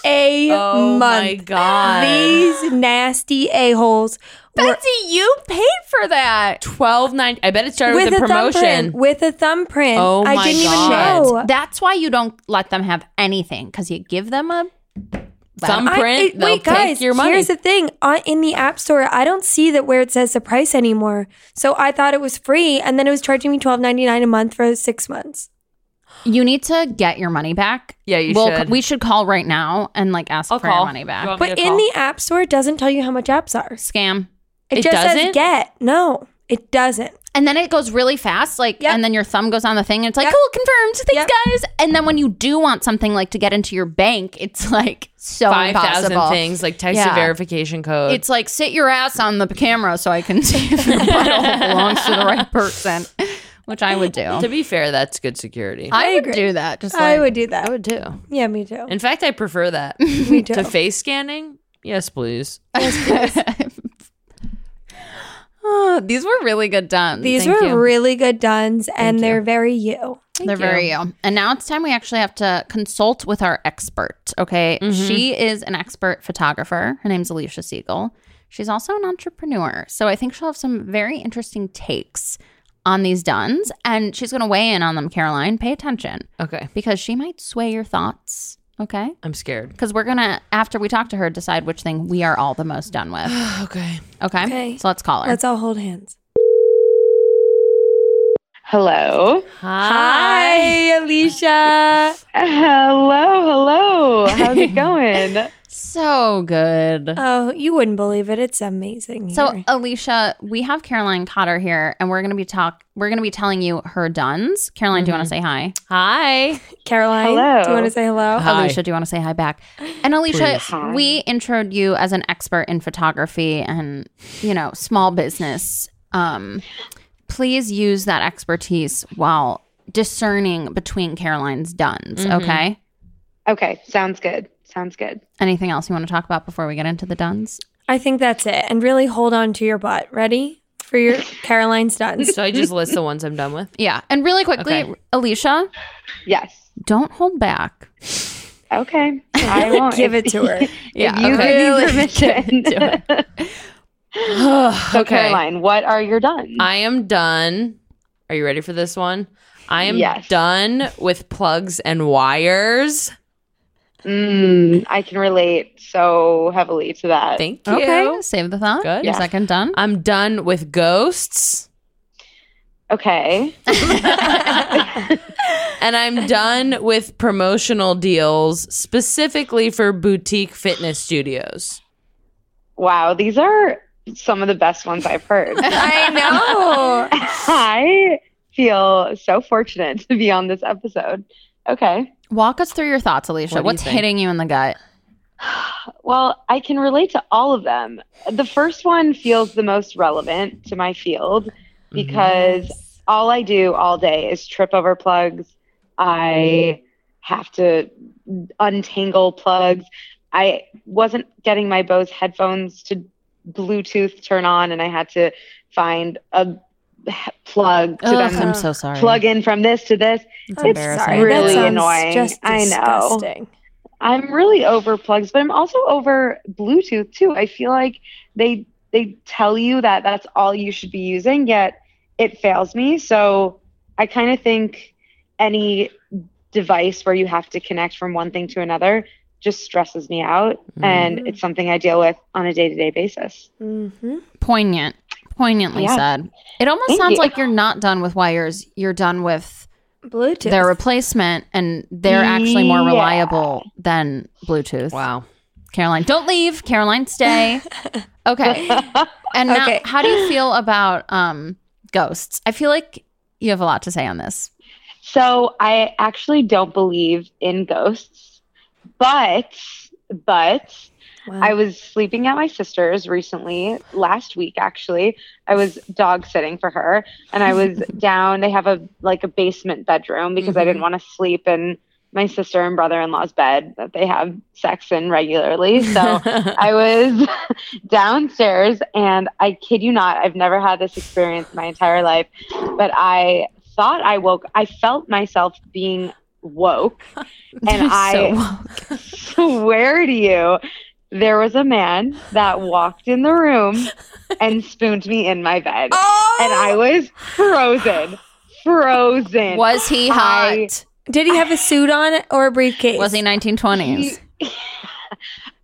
Speaker 3: a
Speaker 4: Oh
Speaker 3: month.
Speaker 4: my god.
Speaker 3: These nasty a holes
Speaker 2: Betsy, you paid for that.
Speaker 4: Twelve ninety. I bet it started with,
Speaker 3: with
Speaker 4: a promotion.
Speaker 3: thumbprint. With a thumbprint.
Speaker 4: Oh
Speaker 3: I
Speaker 4: my
Speaker 3: didn't
Speaker 4: God.
Speaker 3: even know.
Speaker 2: That's why you don't let them have anything because you give them a
Speaker 3: I-
Speaker 4: thumbprint.
Speaker 3: it-
Speaker 4: they'll
Speaker 3: wait,
Speaker 4: take
Speaker 3: guys.
Speaker 4: your money.
Speaker 3: Here's the thing: on, in the app store, I don't see that where it says the price anymore. So I thought it was free, and then it was charging me twelve ninety nine a month for six months.
Speaker 2: You need to get your money back.
Speaker 4: Yeah, you
Speaker 2: We'll-
Speaker 4: should.
Speaker 2: We should call right now and like ask
Speaker 4: I'll
Speaker 2: for
Speaker 4: call.
Speaker 2: your money back.
Speaker 4: You want me
Speaker 3: But
Speaker 4: to
Speaker 3: in
Speaker 4: call?
Speaker 3: the app store, it doesn't tell you how much apps are.
Speaker 2: Scam.
Speaker 3: It,
Speaker 4: It
Speaker 3: just
Speaker 4: doesn't?
Speaker 3: says get. No, it doesn't.
Speaker 2: And then it goes really fast, like,
Speaker 3: Yep.
Speaker 2: and then your thumb goes on the thing, and it's like,
Speaker 3: Yep.
Speaker 2: cool, confirmed. Thanks,
Speaker 3: Yep.
Speaker 2: guys. And then when you do want something like to get into your bank, it's like so
Speaker 4: five
Speaker 2: impossible.
Speaker 4: thousand things like text
Speaker 2: Yeah.
Speaker 4: a verification code.
Speaker 2: It's like sit your ass on the camera so I can see if your butthole belongs to the right person, which I would do.
Speaker 4: to be fair, that's good security.
Speaker 2: I would do that. Just like,
Speaker 3: I would do that.
Speaker 4: I would too.
Speaker 3: Yeah, me too.
Speaker 4: In fact, I prefer that
Speaker 3: Me too.
Speaker 4: to face scanning. Yes, please.
Speaker 2: Oh, these were really good done.
Speaker 3: These
Speaker 4: Thank
Speaker 3: were
Speaker 4: you.
Speaker 3: really good duns, and they're very you.
Speaker 2: They're very you. And now it's time we actually have to consult with our expert. Okay. She is an expert photographer. Her name's Alicia Siegel. She's also an entrepreneur. So I think she'll have some very interesting takes on these duns. And she's going to weigh in on them, Caroline. Pay attention
Speaker 4: Okay,
Speaker 2: because she might sway your thoughts. Okay.
Speaker 4: I'm scared.
Speaker 2: Because we're going to, after we talk to her, decide which thing we are all the most done with.
Speaker 4: Okay.
Speaker 2: Okay.
Speaker 3: Okay.
Speaker 2: So let's call her.
Speaker 3: Let's all hold hands.
Speaker 5: Hello.
Speaker 4: Hi.
Speaker 3: Alicia.
Speaker 5: Hello, hello. How's it going?
Speaker 2: so good.
Speaker 3: Oh, you wouldn't believe it. It's amazing.
Speaker 2: So
Speaker 3: here.
Speaker 2: Alicia, we have Caroline Cotter here, and we're gonna be talk. We're gonna be telling you her duns. Caroline, do you want to say Mm-hmm. hi?
Speaker 4: Hi.
Speaker 3: Caroline,
Speaker 5: Hello.
Speaker 3: do you want to say hello?
Speaker 4: Hi.
Speaker 2: Alicia, do you want to say hi back? And Alicia,
Speaker 5: Please.
Speaker 2: we introed you as an expert in photography and you know small business. Um, please use that expertise while discerning between Caroline's duns.
Speaker 4: Mhm.
Speaker 2: Okay.
Speaker 5: Okay, sounds good. Sounds good.
Speaker 2: Anything else you want to talk about before we get into the duns?
Speaker 3: I think that's it. And really hold on to your butt. Ready for your Caroline's duns?
Speaker 4: So I just list the ones I'm done with.
Speaker 2: Yeah, and really quickly,
Speaker 4: Okay.
Speaker 2: Alicia,
Speaker 5: Yes.
Speaker 2: don't hold back.
Speaker 5: Okay. I won't.
Speaker 3: Give it to her.
Speaker 5: If you give me permission. so, Caroline, what are your done?
Speaker 4: I am done. Are you ready for this one? I am
Speaker 5: Yes.
Speaker 4: done with plugs and wires.
Speaker 5: Mm, I can relate so heavily to that.
Speaker 4: Thank you.
Speaker 2: Okay, save the thought.
Speaker 4: Good.
Speaker 2: Your
Speaker 5: Yeah.
Speaker 2: second done.
Speaker 4: I'm done with ghosts
Speaker 5: okay.
Speaker 4: and I'm done with promotional deals specifically for boutique fitness studios.
Speaker 5: Wow, these are some of the best ones I've heard.
Speaker 3: I know.
Speaker 5: I feel so fortunate to be on this episode. Okay.
Speaker 2: Walk us through your thoughts, Alicia.
Speaker 4: What do you
Speaker 2: What's
Speaker 4: think?
Speaker 2: hitting you in the gut?
Speaker 5: Well, I can relate to all of them. The first one feels the most relevant to my field
Speaker 2: Mm-hmm.
Speaker 5: because all I do all day is trip over plugs. I have to untangle plugs. I wasn't getting my Bose headphones to Bluetooth turn on, and I had to find a h- plug to
Speaker 2: Ugh,
Speaker 5: them.
Speaker 2: I'm so sorry.
Speaker 5: Plug in from this to this.
Speaker 2: It's
Speaker 5: it's
Speaker 2: embarrassing.
Speaker 5: really
Speaker 3: that sounds
Speaker 5: annoying.
Speaker 3: Just
Speaker 5: I know.
Speaker 3: disgusting.
Speaker 5: I'm really over plugs, but I'm also over Bluetooth too. I feel like they they tell you that that's all you should be using, yet it fails me. So I kind of think any device where you have to connect from one thing to another just stresses me out. And it's something I deal with on a day to day basis.
Speaker 3: Mm-hmm.
Speaker 2: Poignant. Poignantly
Speaker 5: Yeah.
Speaker 2: said. It almost
Speaker 5: Thank
Speaker 2: sounds
Speaker 5: you.
Speaker 2: like you're not done with wires. You're done with
Speaker 3: Bluetooth.
Speaker 2: their replacement and they're actually more
Speaker 5: Yeah.
Speaker 2: reliable than Bluetooth.
Speaker 4: Wow.
Speaker 2: Caroline, don't leave. Caroline, stay. Okay. And now,
Speaker 3: Okay.
Speaker 2: how do you feel about um, ghosts? I feel like you have a lot to say on this.
Speaker 5: So I actually don't believe in ghosts, but, but,
Speaker 3: Wow.
Speaker 5: I was sleeping at my sister's recently, last week actually. I was dog sitting for her and I was down. They have a like a basement bedroom because I didn't want to sleep in my sister and brother in law's bed that they have sex in regularly. So I was downstairs and I kid you not, I've never had this experience my entire life, but I thought I woke, I felt myself being woke and I swear to you, there was a man that walked in the room and spooned me in my bed. And I was frozen. Frozen.
Speaker 2: was he hot?
Speaker 5: I-
Speaker 3: Did he have a suit on or a briefcase?
Speaker 2: was he 1920s?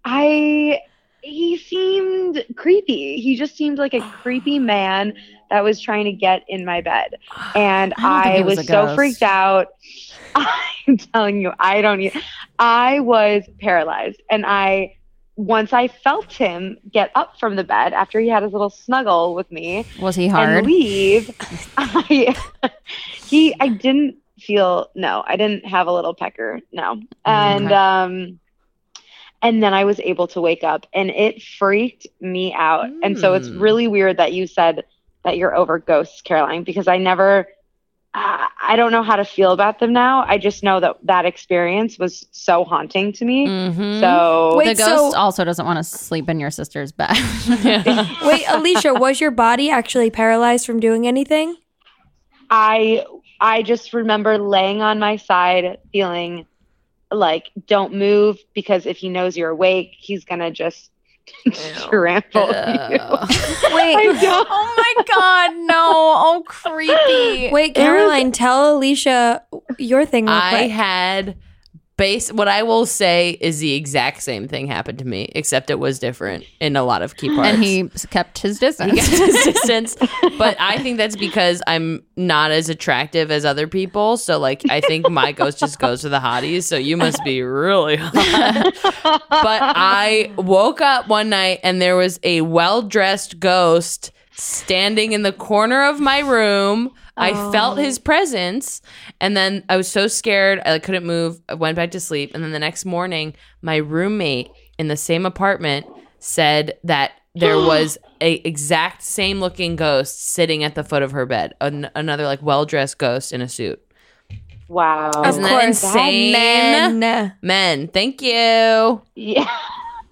Speaker 5: I he seemed creepy. He just seemed like a creepy man that was trying to get in my bed. And
Speaker 2: don't think
Speaker 5: I,
Speaker 2: he was
Speaker 5: was,
Speaker 2: a
Speaker 5: so
Speaker 2: ghost.
Speaker 5: freaked out. I'm telling you, I don't e- I was paralyzed and I once I felt him get up from the bed after he had his little snuggle with me
Speaker 2: Was he
Speaker 5: and
Speaker 2: hard?
Speaker 5: leave, I he I didn't feel no, I didn't have a little pecker, no. And
Speaker 2: Okay.
Speaker 5: um and then I was able to wake up and it freaked me out. And so it's
Speaker 2: Hmm.
Speaker 4: Mm.
Speaker 5: really weird that you said that you're over ghosts, Caroline, because I never I I don't know how to feel about them now. I just know that that experience was so haunting to me.
Speaker 4: Mm-hmm.
Speaker 5: So
Speaker 3: Wait,
Speaker 2: the ghost
Speaker 3: so-
Speaker 2: also doesn't want to sleep in your sister's bed. Oh
Speaker 3: Wait, Alicia, was your body actually paralyzed from doing anything?
Speaker 5: I I just remember laying on my side feeling like don't move because if he knows you're awake, he's gonna just trample you. I
Speaker 3: Wait,
Speaker 5: don't
Speaker 2: oh my god, no! Oh, creepy.
Speaker 3: wait, Caroline, tell Alicia your thing real
Speaker 4: I
Speaker 3: quick.
Speaker 4: had base what I will say is the exact same thing happened to me, except it was different in a lot of key parts.
Speaker 2: and he kept his distance.
Speaker 4: got his distance. But I think that's because I'm not as attractive as other people. So like I think my ghost just goes to the hotties. So you must be really hot. but I woke up one night and there was a well dressed ghost standing in the corner of my room. I felt his presence and then I was so scared I like, couldn't move. I went back to sleep and then the next morning my roommate in the same apartment said that there was a exact same looking ghost sitting at the foot of her bed. An- another like well-dressed ghost in a suit.
Speaker 5: Wow.
Speaker 3: Of
Speaker 4: Isn't that
Speaker 3: course.
Speaker 4: insane?
Speaker 3: Men.
Speaker 4: Men, thank you.
Speaker 5: Yeah.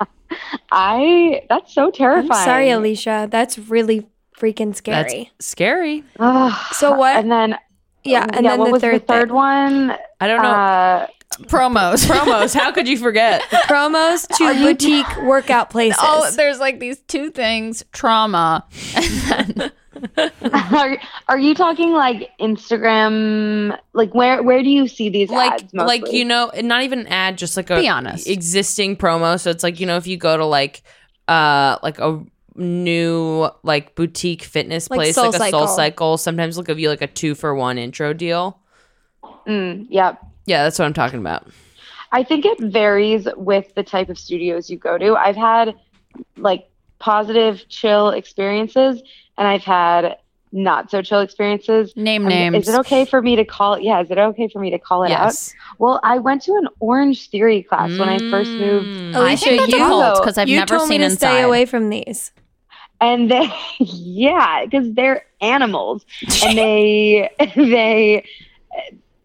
Speaker 5: I that's so
Speaker 3: I'm
Speaker 5: terrifying.
Speaker 3: sorry, Alicia. That's really freaking
Speaker 4: That's
Speaker 3: scary.
Speaker 4: scary.
Speaker 5: Ugh.
Speaker 3: so what?
Speaker 5: And then um,
Speaker 3: yeah, and then
Speaker 5: what
Speaker 3: the
Speaker 5: was
Speaker 3: third,
Speaker 5: the third
Speaker 3: thing.
Speaker 5: one?
Speaker 4: I don't know.
Speaker 5: Uh,
Speaker 2: Promos.
Speaker 4: Promos, how could you forget?
Speaker 3: promos to boutique workout places.
Speaker 2: Oh, there's like these two things: trauma and then
Speaker 5: are, are you talking like Instagram? Like where where do you see these
Speaker 4: like
Speaker 5: ads? Mostly?
Speaker 4: like you know and not even an ad just like a
Speaker 2: Be honest.
Speaker 4: existing promo so it's like you know if you go to like uh like a new like boutique fitness
Speaker 3: Like
Speaker 4: place like a
Speaker 3: SoulCycle.
Speaker 4: soul cycle sometimes they'll give you like a two for one intro deal
Speaker 5: Mm, yep.
Speaker 4: yeah that's what i'm talking about
Speaker 5: I think it varies with the type of studios you go to. I've had like positive, chill experiences, and I've had not so chill experiences.
Speaker 2: name
Speaker 5: Um,
Speaker 2: names.
Speaker 5: Is it okay for me to call? Yeah, is it okay for me to call it
Speaker 4: yes
Speaker 5: out? Well, I went to an Orange Theory class when I first moved,
Speaker 4: Mm.
Speaker 2: I
Speaker 3: Alicia,
Speaker 2: think that's
Speaker 3: you-
Speaker 2: a cult because I've
Speaker 3: you
Speaker 2: never
Speaker 3: told
Speaker 2: seen
Speaker 3: me to
Speaker 2: inside.
Speaker 3: stay away from these.
Speaker 5: and they, yeah, because they're animals, and they, they,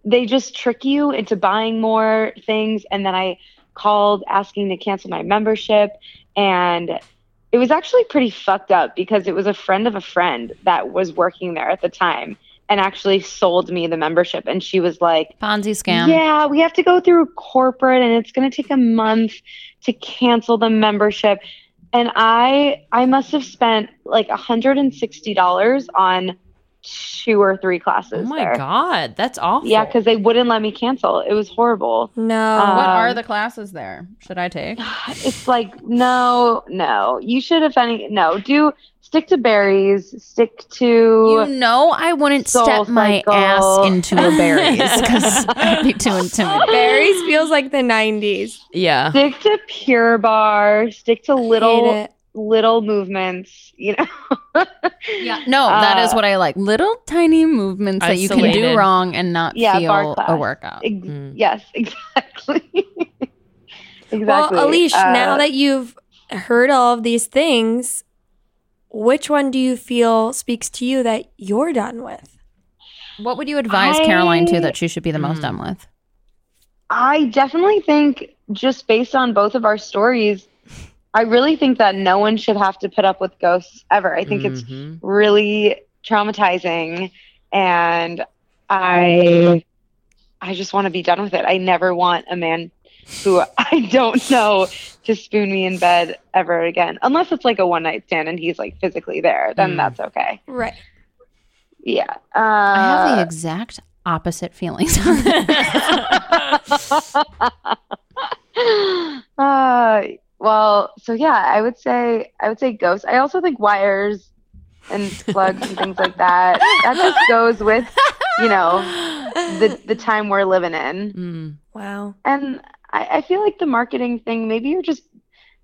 Speaker 5: they just trick you into buying more things, and then I called asking to cancel my membership and it was actually pretty fucked up because it was a friend of a friend that was working there at the time and actually sold me the membership and she was like
Speaker 2: Ponzi scam.
Speaker 5: yeah we have to go through corporate and it's going to take a month to cancel the membership and i i must have spent like $160 on two or three classes.
Speaker 4: Oh my
Speaker 5: there.
Speaker 4: god, that's awful.
Speaker 5: Yeah, because they wouldn't let me cancel. It was horrible.
Speaker 3: No.
Speaker 5: Uh,
Speaker 2: what are
Speaker 5: Um,
Speaker 2: the classes there? Should I take?
Speaker 5: It's like no, no. You should if any no do stick to berries. Stick
Speaker 2: You
Speaker 5: to
Speaker 2: know, I wouldn't
Speaker 5: Soul
Speaker 2: step my
Speaker 5: Cycle.
Speaker 2: ass into a berries because I'd be too intimidated.
Speaker 3: Berries feels like the 90s.
Speaker 4: yeah.
Speaker 5: stick to Pure Bar. Stick to
Speaker 3: Hate
Speaker 5: little
Speaker 3: it.
Speaker 5: little movements. You know.
Speaker 2: Yeah, no, that is
Speaker 5: Uh,
Speaker 2: what I like. Little tiny movements that you can do
Speaker 4: Isolated.
Speaker 2: wrong and not
Speaker 5: Yeah, bar
Speaker 2: feel a
Speaker 5: class.
Speaker 2: workout.
Speaker 5: Ex-
Speaker 4: Mm.
Speaker 5: Yes, exactly. exactly.
Speaker 3: Well, Alish, now
Speaker 5: Uh,
Speaker 3: that you've heard all of these things, which one do you feel speaks to you that you're done with?
Speaker 2: What would you advise
Speaker 5: I-
Speaker 2: Caroline to that she should be the most
Speaker 4: Mm.
Speaker 2: done with?
Speaker 5: I definitely think, just based on both of our stories, I really think that no one should have to put up with ghosts ever. I think it's
Speaker 2: Hmm.
Speaker 4: Mhm.
Speaker 5: really traumatizing, and I, I just want to be done with it. I never want a man who I don't know to spoon me in bed ever again, unless it's like a one night stand and he's like physically there. Then
Speaker 4: Mm.
Speaker 5: that's okay.
Speaker 3: Right.
Speaker 5: Yeah. Uh,
Speaker 2: Hmm. I have the exact opposite feelings. on that.
Speaker 5: uh, well, so yeah, I would say I would say ghosts. I also think wires and plugs and things like that. That just goes with, you know, the the time we're living in.
Speaker 4: Mm.
Speaker 3: Wow.
Speaker 5: And I, I feel like the marketing thing, maybe you're just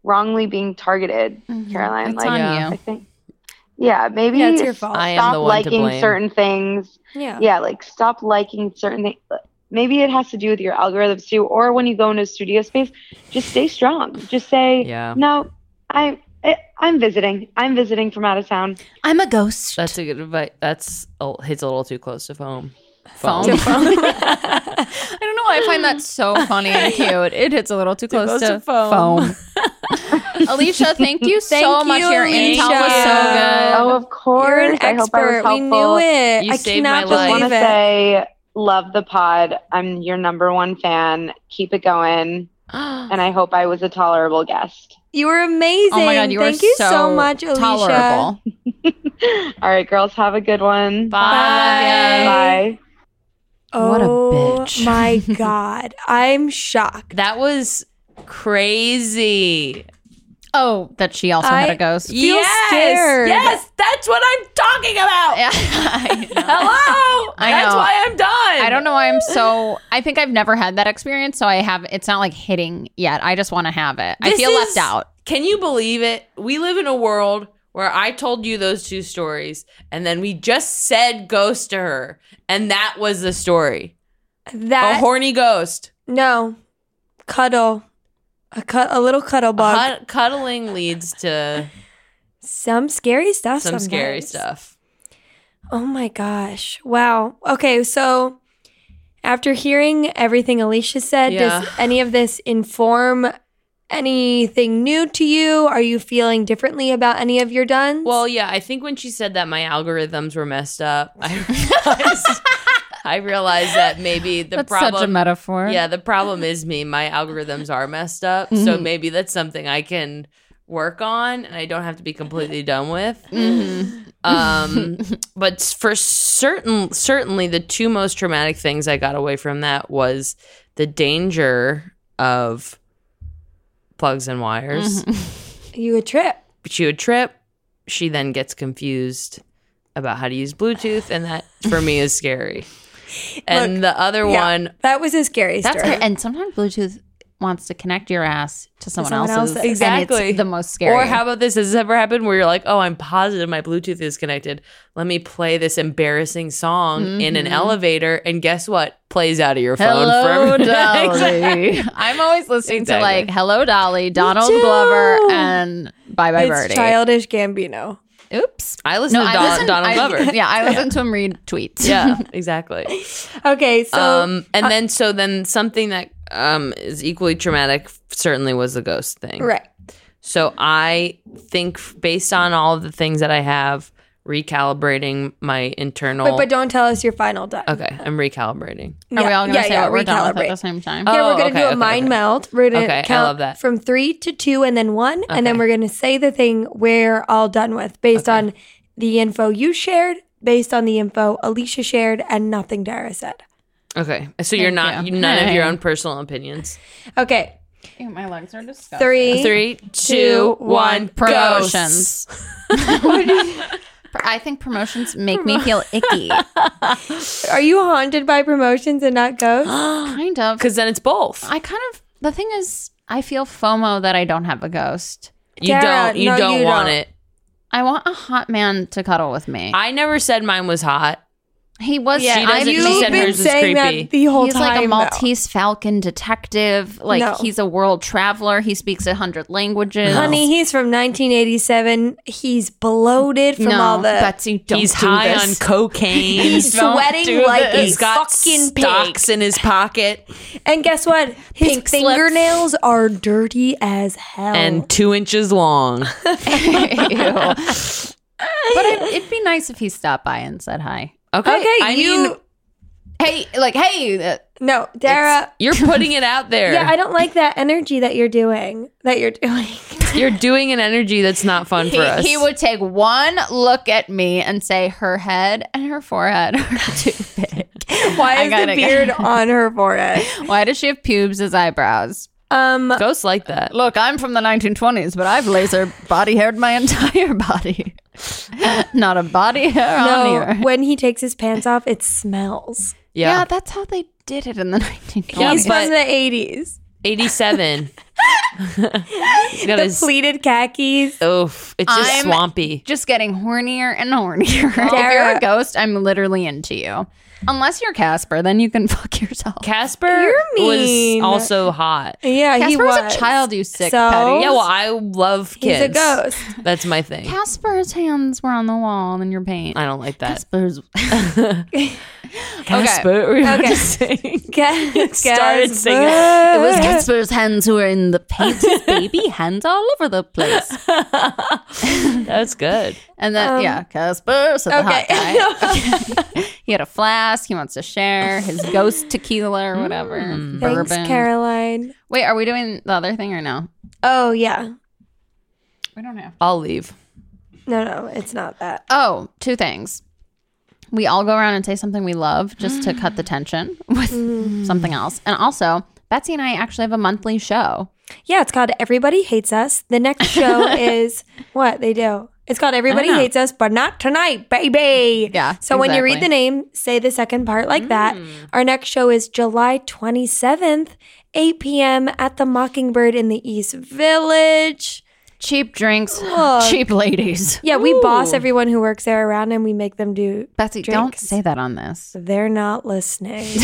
Speaker 5: wrongly being targeted,
Speaker 2: Mhm.
Speaker 5: Caroline.
Speaker 2: It's
Speaker 5: like
Speaker 2: on
Speaker 4: Yeah.
Speaker 5: I
Speaker 2: you.
Speaker 5: think Yeah, maybe
Speaker 3: Mm-hmm. Yeah, it's your fault.
Speaker 4: I am
Speaker 5: stop
Speaker 4: the one to
Speaker 5: liking
Speaker 4: blame.
Speaker 5: certain things
Speaker 3: Yeah.
Speaker 5: yeah like stop liking certain things maybe it has to do with your algorithms too or when you go into a studio space just stay strong just say
Speaker 4: Yeah.
Speaker 5: no i, I i'm visiting i'm visiting from out of town
Speaker 2: I'm a ghost.
Speaker 4: That's a good advice. That's oh, hits a little too close to home.
Speaker 2: phone.
Speaker 4: Phone.
Speaker 2: I don't know. why I find that so funny and cute. It hits a little too close, to, foam. Alicia, thank you so
Speaker 3: Thank
Speaker 2: much.
Speaker 3: you,
Speaker 2: Your intel was so
Speaker 3: Alicia.
Speaker 2: good.
Speaker 5: oh of
Speaker 3: You're
Speaker 5: course
Speaker 3: an
Speaker 5: i hope i was
Speaker 3: expert. We
Speaker 5: helpful
Speaker 3: knew it.
Speaker 4: You
Speaker 3: I
Speaker 4: saved
Speaker 3: cannot
Speaker 4: my life.
Speaker 5: i want to
Speaker 3: believe it.
Speaker 5: say love the pod i'm your number one fan keep it going and i hope i was a tolerable guest
Speaker 3: you were amazing.
Speaker 2: Oh my god, you
Speaker 3: Thank
Speaker 2: are
Speaker 3: you
Speaker 2: so,
Speaker 3: so much, Alicia.
Speaker 2: tolerable.
Speaker 5: all right girls have a good one
Speaker 4: Bye. Love ya.
Speaker 5: bye
Speaker 2: What a
Speaker 3: Oh
Speaker 2: bitch.
Speaker 3: my god, I'm shocked.
Speaker 4: That was crazy.
Speaker 2: Oh, that she also had
Speaker 3: I-
Speaker 2: a ghost.
Speaker 3: Feel scared.
Speaker 4: Yes, that's what I'm talking about.
Speaker 2: Yeah, I know.
Speaker 4: Hello.
Speaker 2: I
Speaker 4: that's
Speaker 2: know.
Speaker 4: why I'm done.
Speaker 2: I don't know why I'm so. I think I've never had that experience, so I have. It's not like hitting yet. I just want to have it. I
Speaker 4: This
Speaker 2: feel left
Speaker 4: is-
Speaker 2: out.
Speaker 4: Can you believe it? We live in a world where I told you those two stories and then we just said ghost to her and that was the story.
Speaker 3: That
Speaker 4: a horny ghost.
Speaker 3: no cuddle, a cut, a little cuddle bug.
Speaker 4: Hu- cuddling leads to
Speaker 3: Some scary stuff.
Speaker 4: some scary
Speaker 3: sometimes.
Speaker 4: stuff.
Speaker 3: Oh my gosh! Wow. Okay, so after hearing everything Alicia said, does
Speaker 4: Yeah.
Speaker 3: any of this inform? Anything new to you? Are you feeling differently about any of your duns?
Speaker 4: Well, yeah, I think when she said that my algorithms were messed up, I realized, I realized that maybe the
Speaker 2: That's
Speaker 4: problem
Speaker 2: such a metaphor.
Speaker 4: Yeah, the problem is me. My algorithms are messed up. So maybe that's something I can work on and I don't have to be completely done with. Um, but for certain certainly the two most traumatic things I got away from that was the danger of plugs and wires.
Speaker 3: you would trip.
Speaker 4: She would trip. She then gets confused about how to use Bluetooth and that for me is scary. And the other
Speaker 3: yeah.
Speaker 4: one
Speaker 3: That was a scary
Speaker 2: That's
Speaker 3: story.
Speaker 2: her. And sometimes Bluetooth wants to connect your ass to someone,
Speaker 3: someone
Speaker 2: else's.
Speaker 3: else's.
Speaker 2: and it's
Speaker 4: Exactly.
Speaker 2: the most scary.
Speaker 4: Or how about this? Has this ever happened where you're like, oh, I'm positive my Bluetooth is connected. Let me play this embarrassing song in an elevator, and guess what? Plays out of your phone.
Speaker 2: Mm-hmm. Hello,
Speaker 4: from-
Speaker 2: Dolly.
Speaker 4: Exactly.
Speaker 2: I'm always listening
Speaker 4: Exactly.
Speaker 2: to like Hello, Dolly, Donald
Speaker 3: too.
Speaker 2: Glover, and Bye Bye Birdie.
Speaker 3: It's childish Gambino.
Speaker 2: Oops.
Speaker 4: I listen to Don- Donald
Speaker 2: I-
Speaker 4: Glover.
Speaker 2: Yeah, I listen to him read tweets.
Speaker 4: yeah, exactly.
Speaker 3: Okay, so
Speaker 4: um, and then so then something that um is equally traumatic certainly was the ghost thing.
Speaker 3: right,
Speaker 4: So I think f- based on all of the things that I have, recalibrating my internal.
Speaker 3: but, but don't tell us your final done.
Speaker 4: okay, I'm recalibrating.
Speaker 2: Are we all gonna
Speaker 3: yeah,
Speaker 2: say
Speaker 3: yeah,
Speaker 2: what we're done with at the
Speaker 3: recalibrate.
Speaker 2: same time?
Speaker 3: Yeah,
Speaker 4: Oh,
Speaker 3: we're gonna
Speaker 4: okay,
Speaker 3: do a
Speaker 4: okay,
Speaker 3: mind
Speaker 4: okay.
Speaker 3: meld. We're gonna
Speaker 4: Okay, I
Speaker 3: count
Speaker 4: love that.
Speaker 3: from three to two, and then one, and then
Speaker 4: Okay.
Speaker 3: we're gonna say the thing we're all done with based on the info you shared based on the info Alicia shared and nothing Dara said.
Speaker 4: Okay. So you're not
Speaker 2: you.
Speaker 4: you. none of your
Speaker 2: Hey.
Speaker 4: own personal opinions.
Speaker 3: Okay,
Speaker 2: Ew, my legs are disgusting.
Speaker 3: three.
Speaker 4: Three,
Speaker 3: two,
Speaker 4: two,
Speaker 3: one,
Speaker 4: one.
Speaker 2: Promotions.
Speaker 4: Promotions.
Speaker 2: I think promotions make me feel icky.
Speaker 3: Are you haunted by promotions and not ghosts?
Speaker 2: kind of.
Speaker 4: Because then it's both.
Speaker 2: I kind of the thing is I feel FOMO that I don't have a ghost.
Speaker 4: you
Speaker 3: Tara,
Speaker 4: don't. You
Speaker 3: no,
Speaker 4: don't
Speaker 3: you
Speaker 4: want
Speaker 3: don't.
Speaker 4: it.
Speaker 2: I want a hot man to cuddle with me.
Speaker 4: I never said mine was hot.
Speaker 2: he was
Speaker 4: Yeah, She
Speaker 2: I
Speaker 4: doesn't- she
Speaker 2: viewed-
Speaker 4: said
Speaker 3: You've been
Speaker 4: hers was
Speaker 3: saying
Speaker 4: creepy.
Speaker 3: that the whole
Speaker 2: he's
Speaker 3: time.
Speaker 2: like a
Speaker 3: though.
Speaker 2: Maltese Falcon detective. Like
Speaker 3: No.
Speaker 2: he's a world traveler. He speaks a hundred languages.
Speaker 3: Honey, he's from 1987. He's bloated from
Speaker 2: no,
Speaker 3: all the.
Speaker 2: Betsy, don't
Speaker 4: He's
Speaker 2: do
Speaker 4: high
Speaker 2: this.
Speaker 4: on cocaine.
Speaker 3: He's
Speaker 2: Don't
Speaker 3: sweating
Speaker 2: do
Speaker 3: like
Speaker 2: this.
Speaker 3: a
Speaker 4: He's got
Speaker 3: fucking
Speaker 4: stocks in his pocket
Speaker 3: pig. And guess what? His
Speaker 2: Pink slip.
Speaker 3: fingernails are dirty as hell.
Speaker 4: and two inches long.
Speaker 2: Ew. but it, it'd be nice if he stopped by and said hi.
Speaker 4: Okay.
Speaker 3: okay,
Speaker 4: I
Speaker 3: you
Speaker 4: mean,
Speaker 2: Hey, like, hey, uh,
Speaker 3: no, Dara.
Speaker 4: you're putting it out there.
Speaker 3: Yeah, I don't like that energy that you're doing. That you're doing.
Speaker 4: you're doing an energy that's not fun for us.
Speaker 2: he, he would take one look at me and say, her head and her forehead are too big.
Speaker 3: Why
Speaker 2: I
Speaker 3: is the
Speaker 2: gotta go.
Speaker 3: beard on her forehead?
Speaker 2: Why does she have pubes as eyebrows? Uh,
Speaker 3: Um,
Speaker 4: Ghosts like that.
Speaker 2: Look, I'm from the 1920s, but I've laser body haired my entire body. Not a body hair on
Speaker 3: no.
Speaker 2: here.
Speaker 3: When he takes his pants off, it smells.
Speaker 2: Yeah.
Speaker 4: Yeah.
Speaker 2: that's how they did it in the 1920s.
Speaker 4: Yeah,
Speaker 3: He's
Speaker 4: but-
Speaker 3: from the 80s.
Speaker 4: 87. He's got his.
Speaker 3: Pleated khakis.
Speaker 4: Oof. It's just
Speaker 2: I'm-
Speaker 4: swampy.
Speaker 2: just getting hornier and hornier. if you're
Speaker 3: Dara.
Speaker 2: a ghost, I'm literally into you. Unless you're Casper, then you can fuck yourself.
Speaker 4: Casper was
Speaker 3: mean.
Speaker 4: also hot.
Speaker 3: Yeah, he
Speaker 2: Casper
Speaker 3: was.
Speaker 2: was a child, you sick
Speaker 3: So-
Speaker 2: petty.
Speaker 4: Yeah, well, I love
Speaker 3: He's
Speaker 4: kids.
Speaker 3: a ghost.
Speaker 4: That's my thing.
Speaker 2: Casper's hands were on the wall in your paint.
Speaker 4: I don't like that.
Speaker 2: Casper's.
Speaker 4: Casper. We were
Speaker 3: Okay.
Speaker 4: just saying.
Speaker 3: Ca-
Speaker 4: Started singing.
Speaker 3: Casper.
Speaker 2: It was Casper's hands who were in the paint. His baby hands all over the place.
Speaker 4: That's good.
Speaker 2: And then, yeah, Casper, so the hot guy. Okay. he had a flask. He wants to share his ghost tequila or whatever.
Speaker 3: Thanks,
Speaker 2: bourbon.
Speaker 3: Caroline.
Speaker 2: Wait, are we doing the other thing or no?
Speaker 3: Oh yeah.
Speaker 2: We don't have.
Speaker 4: I'll leave.
Speaker 3: No, no, it's not that.
Speaker 2: Oh, two things. We all go around and say something we love just to cut the tension with something else. And also, Betsy and I actually have a monthly show.
Speaker 3: Yeah, it's called Everybody Hates Us. The next show is what they do. It's called Everybody
Speaker 2: know.
Speaker 3: Hates Us, but not tonight, baby.
Speaker 2: Yeah,
Speaker 3: So when you read the
Speaker 2: exactly. Mm.
Speaker 3: name, say the second part like that. Our next show is July 27th, 8 p.m. at the Mockingbird in the East Village.
Speaker 2: Cheap drinks,
Speaker 3: Look.
Speaker 2: cheap ladies.
Speaker 3: Yeah, we boss everyone who works there around and we make them do
Speaker 2: Betsy, don't
Speaker 3: drinks.
Speaker 2: say that on this.
Speaker 3: They're not listening.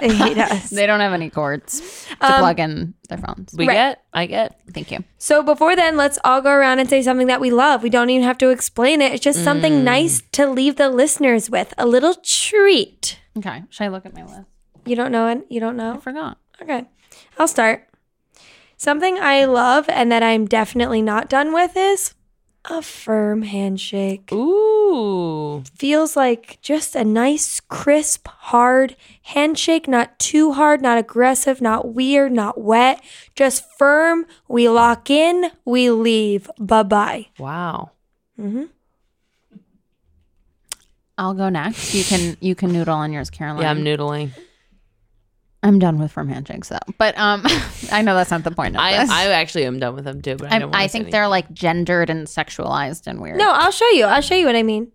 Speaker 3: they hate us.
Speaker 2: They don't have any cords to plug in their phones.
Speaker 4: We get, I get.
Speaker 2: Thank you.
Speaker 3: So before then, let's all go around and say something that we love. We don't even have to explain it. It's just something nice to leave the listeners with, a little treat.
Speaker 2: Okay. Should I look at my list?
Speaker 3: You don't know it? You don't
Speaker 2: I
Speaker 3: know?
Speaker 2: forgot.
Speaker 3: Okay. I'll start. Something I love and that I'm definitely not done with is a firm handshake.
Speaker 4: Ooh.
Speaker 3: Feels like just a nice, crisp, hard handshake, not too hard, not aggressive, not weird, not wet, just firm. We lock in, we leave. Bye bye.
Speaker 4: Wow.
Speaker 2: I'll go next. You can you can noodle on yours, Caroline.
Speaker 4: Yeah, I'm noodling.
Speaker 2: I'm done with firm handshakes though. But um I know that's not the point of
Speaker 4: I,
Speaker 2: this.
Speaker 4: I actually am done with them too, but I,
Speaker 2: I'm,
Speaker 4: don't
Speaker 2: I
Speaker 4: want
Speaker 2: think they're like gendered and sexualized and weird.
Speaker 3: No, I'll show you. I'll show you what I mean.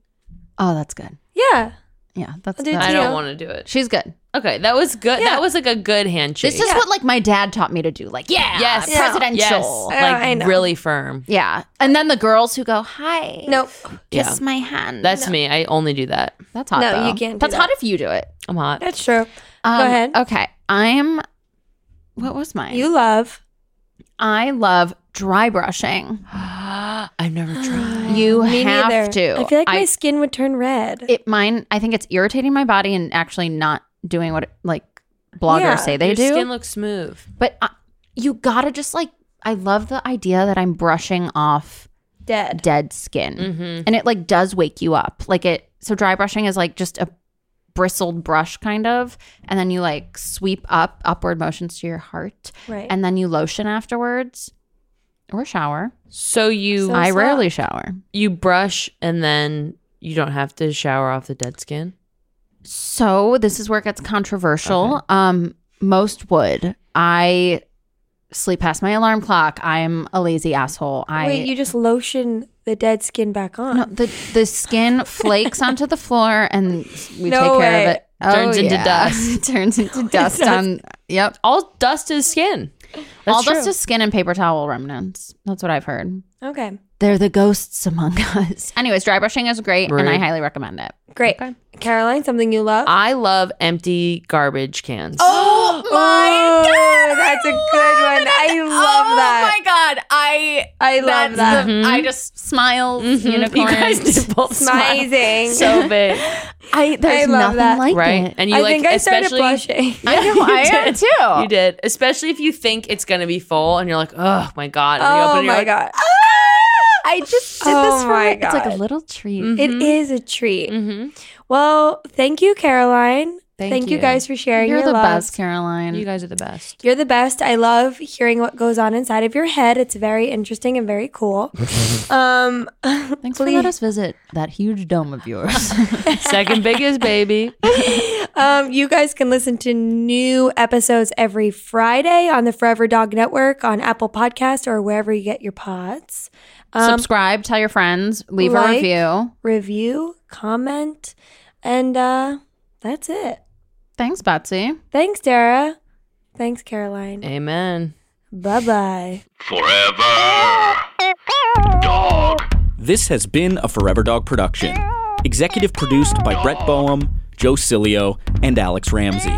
Speaker 2: Oh, that's good.
Speaker 3: Yeah.
Speaker 2: Yeah, that's
Speaker 3: I'll do
Speaker 2: good.
Speaker 3: it
Speaker 4: I
Speaker 3: to
Speaker 4: don't
Speaker 3: you.
Speaker 4: want to do it.
Speaker 2: She's good.
Speaker 4: Okay, that was good. That was like a good handshake.
Speaker 2: This is what like my dad taught me to do. Like, yeah,
Speaker 4: Yes. Yeah.
Speaker 2: presidential.
Speaker 4: yes,
Speaker 2: Yeah.
Speaker 3: I
Speaker 4: like
Speaker 3: know.
Speaker 4: really firm.
Speaker 2: And then the girls who go, "Hi,
Speaker 3: Nope.
Speaker 2: kiss
Speaker 4: Yeah.
Speaker 2: my hand."
Speaker 4: That's me. I only do that.
Speaker 2: that's hot.
Speaker 3: No,
Speaker 2: though.
Speaker 3: you can't do
Speaker 2: That's
Speaker 3: that.
Speaker 2: hot if you do it.
Speaker 4: I'm hot.
Speaker 3: That's true.
Speaker 2: Um,
Speaker 3: Go ahead.
Speaker 2: Okay, I'm. What was mine?
Speaker 3: You love.
Speaker 2: I love dry brushing.
Speaker 4: I've never tried.
Speaker 2: You
Speaker 3: Me
Speaker 2: have
Speaker 3: neither.
Speaker 2: to.
Speaker 3: I feel like my skin would turn red.
Speaker 2: it mine. I think it's irritating my body and actually not doing what like bloggers
Speaker 3: Yeah,
Speaker 2: say they
Speaker 4: Your
Speaker 2: do.
Speaker 4: skin looks smooth.
Speaker 2: but uh, you gotta just like. I love the idea that I'm brushing off
Speaker 3: Dead.
Speaker 2: dead skin.
Speaker 3: Mm-hmm.
Speaker 2: And it like does wake you up. Like it so dry brushing is like just a bristled brush kind of and then you like sweep up upward motions to your heart
Speaker 3: Right.
Speaker 2: and then you lotion afterwards or shower.
Speaker 4: So you
Speaker 3: So-
Speaker 2: I
Speaker 3: soft.
Speaker 2: rarely shower.
Speaker 4: you brush and then You don't have to shower off the dead skin.
Speaker 2: So this is where it gets controversial. Um, most would. I sleep past my alarm clock. I'm a lazy asshole. I
Speaker 3: Wait, you just lotion the dead skin back on.
Speaker 2: no, the the skin flakes onto the floor and we
Speaker 3: No
Speaker 2: take care
Speaker 3: way.
Speaker 2: of it. Oh,
Speaker 4: Turns into dust.
Speaker 2: Turns into dust on yep.
Speaker 4: All dust is skin. That's
Speaker 2: All dust
Speaker 4: true.
Speaker 2: is skin and paper towel remnants. That's what I've heard.
Speaker 3: Okay,
Speaker 2: They're the ghosts among us. Anyways, dry brushing is great and I
Speaker 4: Right.
Speaker 2: highly recommend it.
Speaker 3: great. Caroline, something you love?
Speaker 4: I love empty garbage cans.
Speaker 3: oh my god, Oh, that's a good one. I love
Speaker 2: Oh
Speaker 3: that.
Speaker 2: my god. I
Speaker 3: I love that.
Speaker 2: I just smile unicorns.
Speaker 4: You guys did both smile
Speaker 3: Amazing.
Speaker 4: so big,
Speaker 2: I there's
Speaker 3: I love
Speaker 2: nothing
Speaker 3: that.
Speaker 2: like
Speaker 4: right?
Speaker 2: it.
Speaker 4: And you
Speaker 3: I
Speaker 4: like
Speaker 3: think I started
Speaker 4: especially
Speaker 3: blushing.
Speaker 2: I know I am too.
Speaker 4: you did, especially if you think it's gonna be full and you're like, oh my god. And you
Speaker 3: Oh
Speaker 4: and you're
Speaker 3: my
Speaker 4: like,
Speaker 3: god,
Speaker 2: Ah! I just did
Speaker 3: Oh
Speaker 2: this for
Speaker 3: my
Speaker 2: It's like a
Speaker 3: God.
Speaker 2: little treat.
Speaker 3: it is a treat.
Speaker 2: Mm-hmm.
Speaker 4: Mhm.
Speaker 3: Well, thank you, Caroline.
Speaker 4: Thank
Speaker 3: you.
Speaker 4: you.
Speaker 3: guys for sharing.
Speaker 2: You're
Speaker 3: your
Speaker 2: the
Speaker 3: loves.
Speaker 2: best, Caroline.
Speaker 4: You guys are the best.
Speaker 3: You're the best. I love hearing what goes on inside of your head. It's very interesting and very cool. um,
Speaker 2: Thanks for
Speaker 3: please-
Speaker 2: letting us visit that huge dome of yours.
Speaker 4: Second biggest baby.
Speaker 3: um, you guys can listen to new episodes every Friday on the Forever Dog Network on Apple Podcast or wherever you get your pods. Um,
Speaker 2: Subscribe, tell your friends, leave a
Speaker 3: like-
Speaker 2: review.
Speaker 3: review, comment, and uh, that's it.
Speaker 2: Thanks, Betsy.
Speaker 3: Thanks, Dara. Thanks,
Speaker 2: Eh.
Speaker 3: Caroline.
Speaker 4: Amen.
Speaker 3: Bye bye.
Speaker 1: Forever. Dog.
Speaker 6: This has been a Forever Dog production. Executive produced by Brett Boehm, Joe Cilio, and Alex Ramsey.